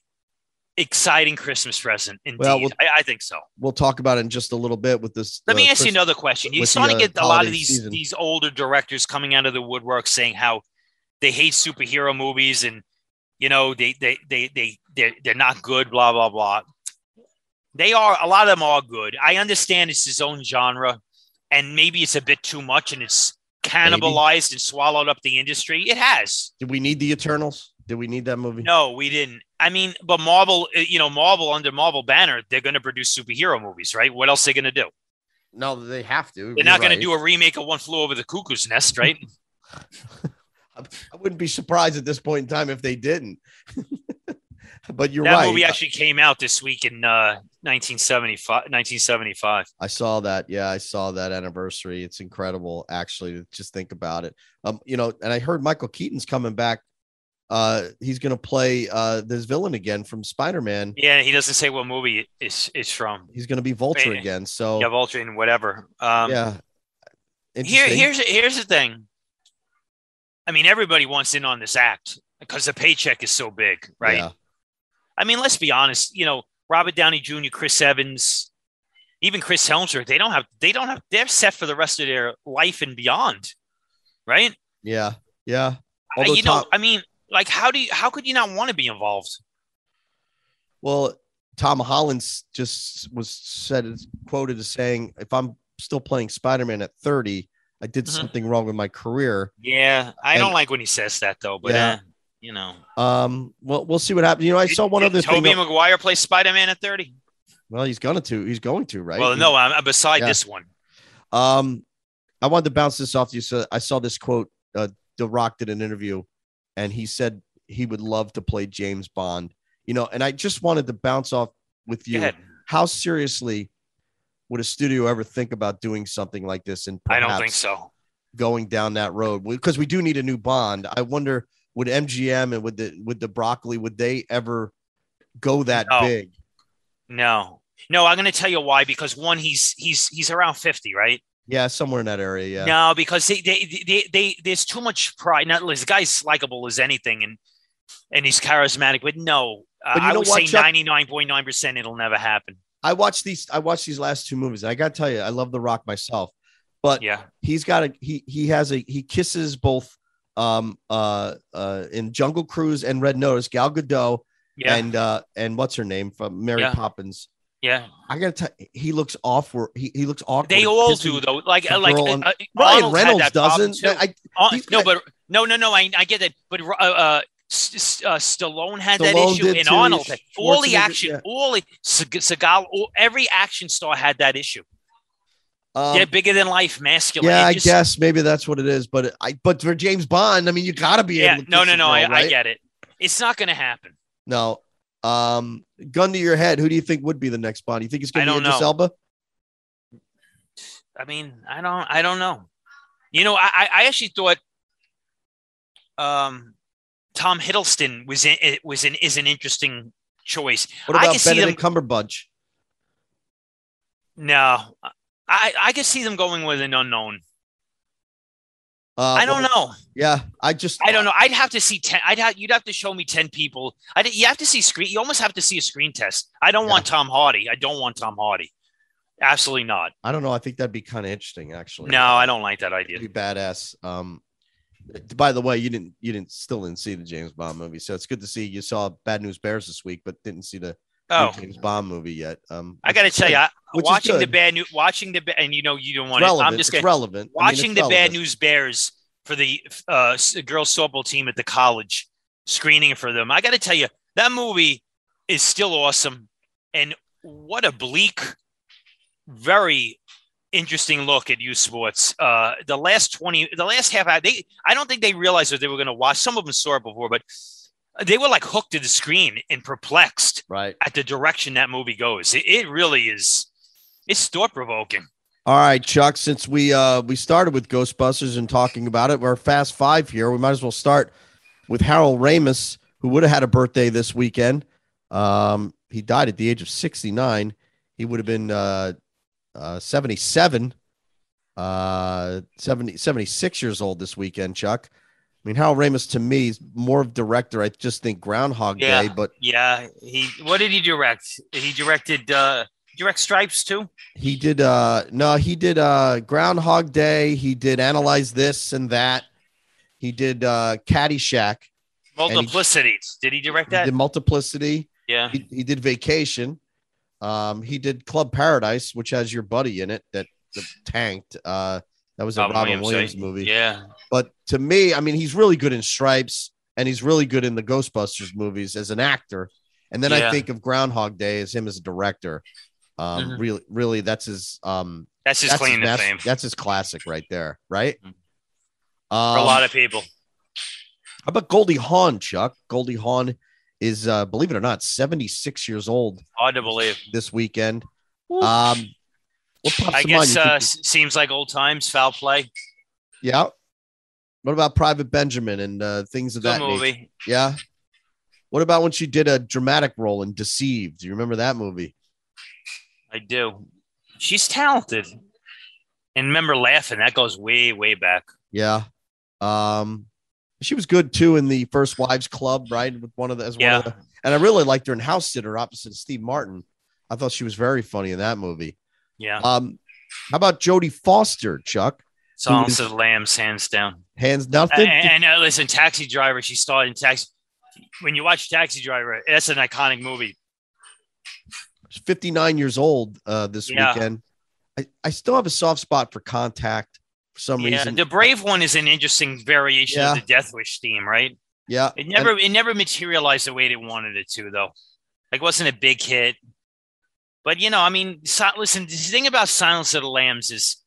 [SPEAKER 3] exciting Christmas present. Indeed,
[SPEAKER 2] Well, we'll-
[SPEAKER 3] I, I think so.
[SPEAKER 2] We'll talk about it in just a little bit with this.
[SPEAKER 3] Let
[SPEAKER 2] the
[SPEAKER 3] me ask you
[SPEAKER 2] Chris-
[SPEAKER 3] another question. You're
[SPEAKER 2] with the,
[SPEAKER 3] starting
[SPEAKER 2] uh,
[SPEAKER 3] to get a lot
[SPEAKER 2] holiday
[SPEAKER 3] of these
[SPEAKER 2] season.
[SPEAKER 3] these older directors coming out of the woodwork saying how they hate superhero movies and you know they they they they they're, they're not good. Blah blah blah. They are a lot of them are good. I understand it's his own genre, and maybe it's a bit too much, and it's cannibalized and swallowed up the industry. It has.
[SPEAKER 2] Did we need the Eternals? Did we need that movie?
[SPEAKER 3] No, we didn't. I mean, but Marvel, uh, you know, Marvel under Marvel banner, they're going to produce superhero movies, right? What else are they going to do?
[SPEAKER 2] No, they have to.
[SPEAKER 3] They're not going to do a remake of One Flew Over the Cuckoo's Nest, right?
[SPEAKER 2] I wouldn't be surprised at this point in time if they didn't. (laughs) but you're
[SPEAKER 3] that
[SPEAKER 2] right.
[SPEAKER 3] movie actually came out this week in uh, 1975. 1975.
[SPEAKER 2] I saw that. Yeah, I saw that anniversary. It's incredible, actually, to just think about it. Um, you know, and I heard Michael Keaton's coming back. Uh, he's gonna play uh this villain again from Spider Man.
[SPEAKER 3] Yeah, he doesn't say what movie it- it's it's from.
[SPEAKER 2] He's gonna be Vulture
[SPEAKER 3] Yeah.
[SPEAKER 2] again. So
[SPEAKER 3] Yeah, Vulture and whatever. Um,
[SPEAKER 2] yeah,
[SPEAKER 3] Here,
[SPEAKER 2] Interesting.
[SPEAKER 3] here's here's the thing. I mean, everybody wants in on this act because the paycheck is so big, right?
[SPEAKER 2] Yeah.
[SPEAKER 3] I mean, let's be honest. You know, Robert Downey Jr., Chris Evans, even Chris Helmsworth. They don't have. They don't have. They're set for the rest of their life and beyond, right?
[SPEAKER 2] yeah, yeah.
[SPEAKER 3] Uh,
[SPEAKER 2] Although
[SPEAKER 3] you
[SPEAKER 2] Tom,
[SPEAKER 3] know, I mean, like, how do you? How could you not want to be involved?
[SPEAKER 2] well, Tom Holland's just was said quoted as saying, "If I'm still playing Spider Man at 30, I did
[SPEAKER 3] Mhm.
[SPEAKER 2] something wrong with my career."
[SPEAKER 3] Yeah, I
[SPEAKER 2] And-
[SPEAKER 3] don't like when he says that though. But
[SPEAKER 2] Yeah.
[SPEAKER 3] uh, you know,
[SPEAKER 2] Um, well, we'll see what happens. You know, I saw one
[SPEAKER 3] Did
[SPEAKER 2] other thing.
[SPEAKER 3] Tobey
[SPEAKER 2] that-
[SPEAKER 3] Maguire play Spider Man at thirty.
[SPEAKER 2] well, he's gonna to. He's going to, right?
[SPEAKER 3] Well, no, I'm, I'm beside
[SPEAKER 2] Yeah.
[SPEAKER 3] this one.
[SPEAKER 2] Um, I wanted to bounce this off you. So I saw this quote. Uh, the Rock did an interview, and he said he would love to play James Bond. You know, and I just wanted to bounce off with
[SPEAKER 3] Go
[SPEAKER 2] you.
[SPEAKER 3] ahead.
[SPEAKER 2] How seriously would a studio ever think about doing something like this? And
[SPEAKER 3] I
[SPEAKER 2] perhaps
[SPEAKER 3] don't think so.
[SPEAKER 2] going down that road because we do need a new Bond. I wonder would MGM and would the would the broccoli would they ever go that
[SPEAKER 3] No.
[SPEAKER 2] big?
[SPEAKER 3] No, no, I'm going to tell you why. Because one, he's he's he's around fifty, right?
[SPEAKER 2] Yeah, somewhere in that area. Yeah.
[SPEAKER 3] No, because they they, they they there's too much pride. Not this guy's likable as anything, and and he's charismatic. But no, uh,
[SPEAKER 2] But you
[SPEAKER 3] I
[SPEAKER 2] know
[SPEAKER 3] would
[SPEAKER 2] what,
[SPEAKER 3] say
[SPEAKER 2] Chuck?
[SPEAKER 3] ninety nine point nine percent it'll never happen.
[SPEAKER 2] I watched these. I watched these last two movies. And I got to tell you, I love The Rock myself, but
[SPEAKER 3] Yeah,
[SPEAKER 2] he's got a he he has a he kisses both um uh uh in Jungle Cruise and Red Notice Gal Gadot
[SPEAKER 3] yeah,
[SPEAKER 2] and uh and what's her name from Mary
[SPEAKER 3] Yeah.
[SPEAKER 2] Poppins.
[SPEAKER 3] yeah.
[SPEAKER 2] I got to tell he looks awkward. He he looks awkward.
[SPEAKER 3] They all
[SPEAKER 2] kissing-
[SPEAKER 3] do though. Like
[SPEAKER 2] the
[SPEAKER 3] uh, like
[SPEAKER 2] girl
[SPEAKER 3] uh,
[SPEAKER 2] on-
[SPEAKER 3] uh,
[SPEAKER 2] Ryan
[SPEAKER 3] Arnold had
[SPEAKER 2] Reynolds
[SPEAKER 3] that problem,
[SPEAKER 2] doesn't.
[SPEAKER 3] too.
[SPEAKER 2] I,
[SPEAKER 3] Uh,
[SPEAKER 2] He's
[SPEAKER 3] no,
[SPEAKER 2] got-
[SPEAKER 3] but no, no, no. I, I get that, but uh, uh, S- S- uh, Stallone had
[SPEAKER 2] Stallone
[SPEAKER 3] that issue,
[SPEAKER 2] did
[SPEAKER 3] and
[SPEAKER 2] too,
[SPEAKER 3] Arnold. had- All the
[SPEAKER 2] Schwarzenegger,
[SPEAKER 3] action,
[SPEAKER 2] yeah.
[SPEAKER 3] all the Seg- Seagal, all, every action star had that issue.
[SPEAKER 2] um,
[SPEAKER 3] They're bigger than life, masculine.
[SPEAKER 2] yeah,
[SPEAKER 3] It
[SPEAKER 2] I
[SPEAKER 3] just-
[SPEAKER 2] guess maybe that's what it is. But I but for James Bond, I mean, you got to be
[SPEAKER 3] Yeah,
[SPEAKER 2] able. To
[SPEAKER 3] no,
[SPEAKER 2] kiss
[SPEAKER 3] no,
[SPEAKER 2] a
[SPEAKER 3] no.
[SPEAKER 2] girl,
[SPEAKER 3] I, I
[SPEAKER 2] right?
[SPEAKER 3] get it. It's not going to happen.
[SPEAKER 2] No. Um, gun to your head. Who do you think would be the next Bond? You think it's
[SPEAKER 3] I
[SPEAKER 2] going to be
[SPEAKER 3] don't
[SPEAKER 2] Idris
[SPEAKER 3] know.
[SPEAKER 2] Elba?
[SPEAKER 3] I mean, I don't, I don't know. You know, I, I I actually thought, um, Tom Hiddleston was in, it was an is an interesting choice.
[SPEAKER 2] What
[SPEAKER 3] I
[SPEAKER 2] about
[SPEAKER 3] can see them-
[SPEAKER 2] Benedict Cumberbatch?
[SPEAKER 3] No, I, I could see them going with an unknown.
[SPEAKER 2] Uh,
[SPEAKER 3] I don't
[SPEAKER 2] well,
[SPEAKER 3] know.
[SPEAKER 2] Yeah, I just
[SPEAKER 3] I don't know. I'd have to see ten. I'd have you'd have to show me ten people. I you have to see screen. You almost have to see a screen test. I don't want Tom Hardy. I don't want Tom Hardy. Absolutely not.
[SPEAKER 2] I don't know. I think that'd be kind of interesting, actually.
[SPEAKER 3] No, I don't like that idea.
[SPEAKER 2] It'd be badass. Um, by the way, you didn't you didn't still didn't see the James Bond movie, so it's good to see you saw Bad News Bears this week, but didn't see the new
[SPEAKER 3] Oh,
[SPEAKER 2] James Bond movie yet. Um,
[SPEAKER 3] I got to tell you, I,
[SPEAKER 2] Which is
[SPEAKER 3] watching the
[SPEAKER 2] good.
[SPEAKER 3] bad news, watching the ba- and you know you don't
[SPEAKER 2] it's
[SPEAKER 3] want
[SPEAKER 2] relevant.
[SPEAKER 3] it. I'm just
[SPEAKER 2] it's
[SPEAKER 3] gonna,
[SPEAKER 2] relevant. I mean, it's
[SPEAKER 3] watching the bad
[SPEAKER 2] relevant.
[SPEAKER 3] news bears for the uh, s- girls softball team at the college screening for them. I got to tell you, that movie is still awesome, and what a bleak, very interesting look at youth sports. Uh, the last twenty, the last half hour, they I don't think they realized what they were going to watch. Some of them saw it before, but they were like hooked to the screen and perplexed
[SPEAKER 2] right?
[SPEAKER 3] at the direction that movie goes. It, it really is. It's thought provoking.
[SPEAKER 2] All right, Chuck. Since we uh we started with Ghostbusters and talking about it, we're fast five here. We might as well start with Harold Ramis, who would have had a birthday this weekend. Um, he died at the age of sixty nine. He would have been uh, uh seventy seven, uh 70, 76 years old this weekend. Chuck. I mean, Harold Ramis to me is more of director. I just think Groundhog
[SPEAKER 3] Yeah.
[SPEAKER 2] Day, but
[SPEAKER 3] Yeah, he. What did he direct? He directed uh direct Stripes too.
[SPEAKER 2] he did uh no he did uh groundhog day he did analyze this and that he did uh caddyshack
[SPEAKER 3] Multiplicities. Did he direct
[SPEAKER 2] he
[SPEAKER 3] that?
[SPEAKER 2] did multiplicity
[SPEAKER 3] Yeah.
[SPEAKER 2] he, he did vacation um he did club paradise which has your buddy in it that, that tanked uh that was a
[SPEAKER 3] Robin
[SPEAKER 2] robin, williams,
[SPEAKER 3] Williams,
[SPEAKER 2] movie
[SPEAKER 3] Yeah.
[SPEAKER 2] but to me i mean he's really good in stripes and he's really good in the ghostbusters movies as an actor and then i
[SPEAKER 3] Yeah.
[SPEAKER 2] think of groundhog day as him as a director um
[SPEAKER 3] Mhm.
[SPEAKER 2] really really that's his um
[SPEAKER 3] That's his
[SPEAKER 2] that's
[SPEAKER 3] claim to
[SPEAKER 2] mas-
[SPEAKER 3] fame
[SPEAKER 2] That's his classic right there, right?
[SPEAKER 3] Mhm.
[SPEAKER 2] Um,
[SPEAKER 3] for a lot of people.
[SPEAKER 2] how about Goldie Hawn, Chuck? Goldie Hawn is, uh, believe it or not, 76 years old
[SPEAKER 3] Hard to believe.
[SPEAKER 2] this weekend.
[SPEAKER 3] Woo.
[SPEAKER 2] Um, what pops
[SPEAKER 3] I
[SPEAKER 2] to mind?
[SPEAKER 3] guess
[SPEAKER 2] You
[SPEAKER 3] uh,
[SPEAKER 2] think-
[SPEAKER 3] s- seems like old times, foul play.
[SPEAKER 2] yeah. What about Private Benjamin and uh, things of
[SPEAKER 3] Good
[SPEAKER 2] that nature?
[SPEAKER 3] movie.
[SPEAKER 2] Yeah. What about when she did a dramatic role in Deceived? Do you remember that movie?
[SPEAKER 3] I do. She's talented. And remember laughing. That goes way, way back.
[SPEAKER 2] Yeah. Um, she was good too in the First Wives Club, right? With one of the, as one
[SPEAKER 3] Yeah.
[SPEAKER 2] of the, and I really liked her in House Sitter opposite Steve Martin. I thought she was very funny in that movie.
[SPEAKER 3] Yeah.
[SPEAKER 2] Um, how about Jodie Foster, Chuck?
[SPEAKER 3] Silence of the Lambs, hands down.
[SPEAKER 2] Hands nothing.
[SPEAKER 3] And, and uh, listen, Taxi Driver, she starred in Taxi. When you watch Taxi Driver, that's an iconic movie.
[SPEAKER 2] She's 59 years old uh, this
[SPEAKER 3] Yeah.
[SPEAKER 2] weekend. I, I still have a soft spot for Contact for some
[SPEAKER 3] yeah,
[SPEAKER 2] reason.
[SPEAKER 3] the Brave one is an interesting variation of
[SPEAKER 2] Yeah.
[SPEAKER 3] the Death Wish theme, right?
[SPEAKER 2] yeah.
[SPEAKER 3] It never it never materialized the way they wanted it to, though. Like, it wasn't a big hit. But you know, I mean, si- listen. The thing about Silence of the Lambs is,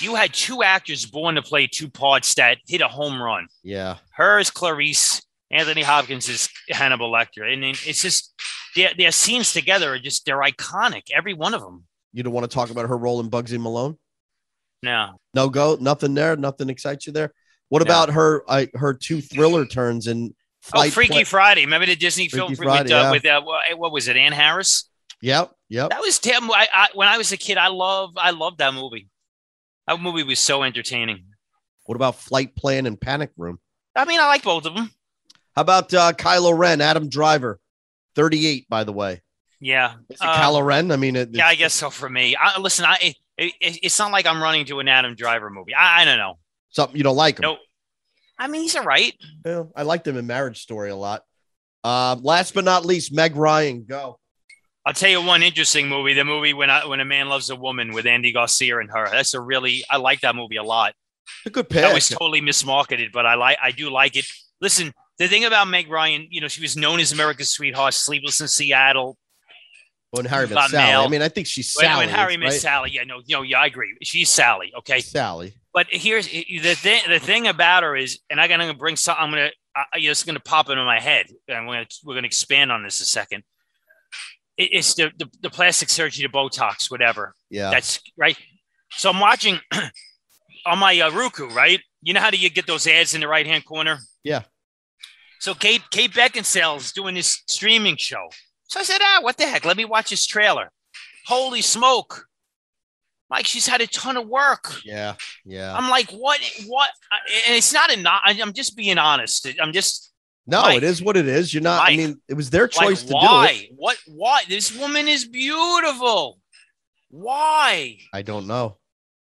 [SPEAKER 3] you had two actors born to play two parts that hit a home run.
[SPEAKER 2] Yeah.
[SPEAKER 3] Her is Clarice. Anthony Hopkins is Hannibal Lecter, and it- it's just their, their scenes together are just they're iconic. Every one of them.
[SPEAKER 2] You don't want to talk about her role in Bugsy Malone?
[SPEAKER 3] No,
[SPEAKER 2] No go, nothing there, nothing excites you there. What
[SPEAKER 3] No.
[SPEAKER 2] about her? I, her two thriller turns in
[SPEAKER 3] oh,
[SPEAKER 2] Flight.
[SPEAKER 3] Freaky Friday. Remember the Disney film
[SPEAKER 2] Freaky
[SPEAKER 3] with,
[SPEAKER 2] Friday,
[SPEAKER 3] uh,
[SPEAKER 2] yeah.
[SPEAKER 3] with uh, wha- what was it? Anne Harris.
[SPEAKER 2] Yep, yep.
[SPEAKER 3] That was Tim. I, I when I was a kid, I love I loved that movie. That movie was so entertaining.
[SPEAKER 2] What about Flight Plan and Panic Room?
[SPEAKER 3] I mean, I like both of them.
[SPEAKER 2] How about uh, Kylo Ren, Adam Driver, thirty-eight, by the way.
[SPEAKER 3] Yeah,
[SPEAKER 2] Is it
[SPEAKER 3] Uh,
[SPEAKER 2] Kylo Ren? I mean, it,
[SPEAKER 3] yeah. I guess so for me. I, listen, I it, it, it's not like I'm running to an Adam Driver movie. I, I don't know.
[SPEAKER 2] something you don't like him.
[SPEAKER 3] Nope. I mean, he's all right.
[SPEAKER 2] Yeah, I liked him in Marriage Story a lot. Um, last but not least, Meg Ryan. Go.
[SPEAKER 3] I'll tell you one interesting movie. The movie when I, when a man loves a woman with Andy Garcia and her. That's a really I like that movie a lot.
[SPEAKER 2] A good
[SPEAKER 3] That
[SPEAKER 2] pick.
[SPEAKER 3] was totally mismarketed, but I like I do like it. Listen, the thing about Meg Ryan, you know, she was known as America's sweetheart, Sleepless in Seattle,
[SPEAKER 2] when Harry met
[SPEAKER 3] About
[SPEAKER 2] Sally. I
[SPEAKER 3] Mel.
[SPEAKER 2] mean, I think she's
[SPEAKER 3] When,
[SPEAKER 2] Sally.
[SPEAKER 3] when Harry met
[SPEAKER 2] right?
[SPEAKER 3] Sally, yeah, no, you know, yeah, I agree. She's Sally, okay.
[SPEAKER 2] Sally.
[SPEAKER 3] But here's the thing. The thing about her is, and I'm gonna bring some. I'm gonna. I, you know, it's gonna pop into my head, and we're gonna we're gonna expand on this a second. It, it's the, the the plastic surgery, the Botox, whatever.
[SPEAKER 2] Yeah.
[SPEAKER 3] That's right. So I'm watching (clears throat) on my uh, Roku, right? You know how do you get those ads in the right hand corner?
[SPEAKER 2] Yeah.
[SPEAKER 3] So Kate Kate Beckinsale's doing this streaming show. So I said, ah, what the heck? Let me watch this trailer. Holy smoke. Mike, she's had a ton of work.
[SPEAKER 2] yeah. Yeah.
[SPEAKER 3] I'm like, what? What? And it's not a not. I'm just being honest. I'm just
[SPEAKER 2] No,
[SPEAKER 3] Mike.
[SPEAKER 2] it is what it is. You're not. I
[SPEAKER 3] Mike.
[SPEAKER 2] mean, it was their
[SPEAKER 3] like,
[SPEAKER 2] choice to do it.
[SPEAKER 3] why? What? Why? This woman is beautiful. Why?
[SPEAKER 2] I don't know.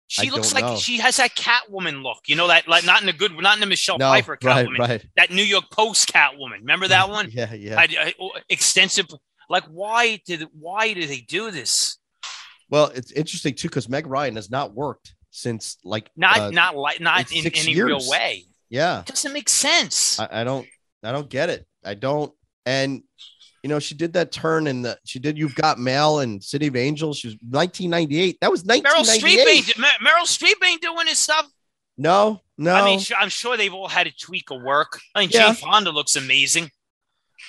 [SPEAKER 3] She
[SPEAKER 2] I
[SPEAKER 3] looks
[SPEAKER 2] don't
[SPEAKER 3] like
[SPEAKER 2] know.
[SPEAKER 3] she has that Catwoman look. You know that, like not in the good, not in the Michelle
[SPEAKER 2] No,
[SPEAKER 3] Pfeiffer
[SPEAKER 2] (laughs) right,
[SPEAKER 3] Catwoman.
[SPEAKER 2] right.
[SPEAKER 3] That New York Post Catwoman. Remember that one?
[SPEAKER 2] Yeah, yeah.
[SPEAKER 3] I, I- extensive. Like, why did why do they do this?
[SPEAKER 2] well, it's interesting too because Meg Ryan has not worked since like
[SPEAKER 3] Not
[SPEAKER 2] uh,
[SPEAKER 3] not like
[SPEAKER 2] it's
[SPEAKER 3] not in
[SPEAKER 2] six
[SPEAKER 3] any
[SPEAKER 2] years. Uh,
[SPEAKER 3] real way.
[SPEAKER 2] yeah.
[SPEAKER 3] doesn't make sense.
[SPEAKER 2] I, I don't I don't get it. I don't and you know she did that turn in the she did you've got mail and City of Angels. She was 1998. That was
[SPEAKER 3] Meryl Streep
[SPEAKER 2] 1998.
[SPEAKER 3] ain't Mer- Meryl Streep ain't doing this stuff.
[SPEAKER 2] No, no.
[SPEAKER 3] I mean, su- I'm sure they've all had a tweak of work. I mean,
[SPEAKER 2] Yeah.
[SPEAKER 3] Jane Fonda looks amazing.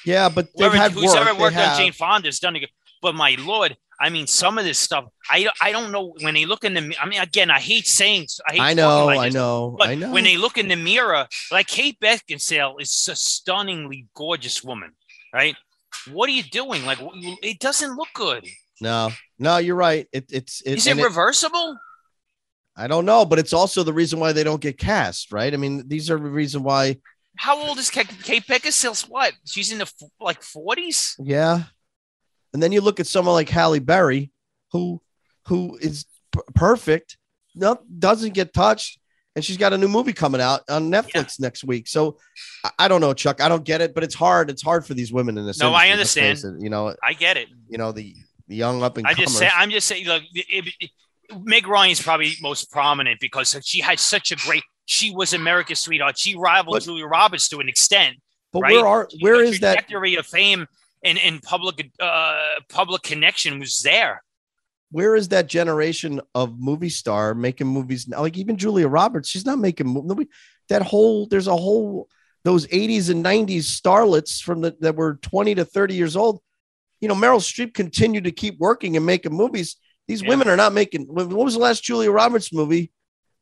[SPEAKER 2] yeah, but they've
[SPEAKER 3] Whoever,
[SPEAKER 2] had
[SPEAKER 3] who's
[SPEAKER 2] work.
[SPEAKER 3] ever
[SPEAKER 2] They
[SPEAKER 3] worked
[SPEAKER 2] have-
[SPEAKER 3] on Jane Fonda's done it. But my lord, I mean, some of this stuff, I I don't know when they look in the. mi- I mean, again, I hate saying. I, hate
[SPEAKER 2] I
[SPEAKER 3] talking
[SPEAKER 2] know,
[SPEAKER 3] like
[SPEAKER 2] I
[SPEAKER 3] this,
[SPEAKER 2] know,
[SPEAKER 3] But
[SPEAKER 2] I know.
[SPEAKER 3] when they look in the mirror, like Kate Beckinsale is a stunningly gorgeous woman, right? What are you doing? Like, wh- you- it doesn't look good.
[SPEAKER 2] no, no, you're right. It, it's it,
[SPEAKER 3] Is it
[SPEAKER 2] and it-
[SPEAKER 3] reversible?
[SPEAKER 2] I don't know, but it's also the reason why they don't get cast, right? I mean, these are the reason why.
[SPEAKER 3] How old is Ka- Kate Beckinsale? What? She's in the f- like 40s.
[SPEAKER 2] Yeah. And then you look at someone like Halle Berry, who who is p- perfect, no, doesn't get touched, and she's got a new movie coming out on Netflix next week. So I, I don't know, Chuck. I don't get it, but it's hard. It's hard for these women in this.
[SPEAKER 3] No, I
[SPEAKER 2] industry, let's
[SPEAKER 3] understand.
[SPEAKER 2] face it. You know,
[SPEAKER 3] I get it.
[SPEAKER 2] you know the the young up and
[SPEAKER 3] I just say I'm just saying. Look, it, it, Meg Ryan's probably most prominent because she had such a great. She was America's sweetheart. She rivaled
[SPEAKER 2] But-
[SPEAKER 3] Julia Roberts to an extent.
[SPEAKER 2] But
[SPEAKER 3] right?
[SPEAKER 2] where are where is
[SPEAKER 3] the
[SPEAKER 2] that?
[SPEAKER 3] trajectory of fame and and public uh, public connection was there?
[SPEAKER 2] Where is that generation of movie star making movies now? Like even Julia Roberts, she's not making mo- nobody. That whole there's a whole those 80s and 90s starlets from the, that were 20 to 30 years old, you know, Meryl Streep continued to keep working and making movies. These
[SPEAKER 3] Yeah.
[SPEAKER 2] women are not making. What was the last Julia Roberts movie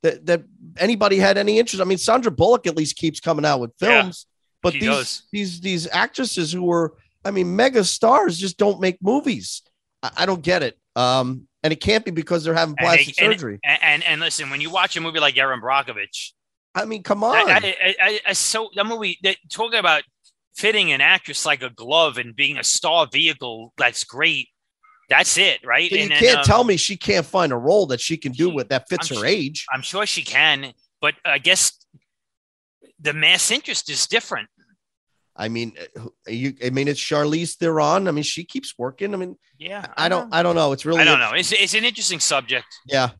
[SPEAKER 2] that that anybody had any interest? I mean, Sandra Bullock at least keeps coming out with
[SPEAKER 3] Yeah,
[SPEAKER 2] films, but
[SPEAKER 3] she
[SPEAKER 2] these
[SPEAKER 3] does.
[SPEAKER 2] these these actresses who were, I mean, mega stars just don't make movies. I, I don't get it. Um, and it can't be because they're having
[SPEAKER 3] And they-
[SPEAKER 2] plastic surgery.
[SPEAKER 3] And, and and listen, when you watch a movie like Aaron Brockovich,
[SPEAKER 2] I mean, come on.
[SPEAKER 3] I, I, I, I, I so that movie that talking about fitting an actress like a glove and being a star vehicle, that's great. That's it, right?
[SPEAKER 2] you
[SPEAKER 3] And then,
[SPEAKER 2] can't
[SPEAKER 3] um,
[SPEAKER 2] tell me she can't find a role that she can do
[SPEAKER 3] she-
[SPEAKER 2] with that fits
[SPEAKER 3] I'm
[SPEAKER 2] her
[SPEAKER 3] sure-
[SPEAKER 2] age.
[SPEAKER 3] I'm sure she can, but I guess the mass interest is different.
[SPEAKER 2] I mean, uh, who- you. I mean, it's Charlize Theron. I mean, she keeps working. I mean,
[SPEAKER 3] Yeah,
[SPEAKER 2] I don't. I don't know. It's really.
[SPEAKER 3] I don't know. It's, it's an interesting subject.
[SPEAKER 2] Yeah.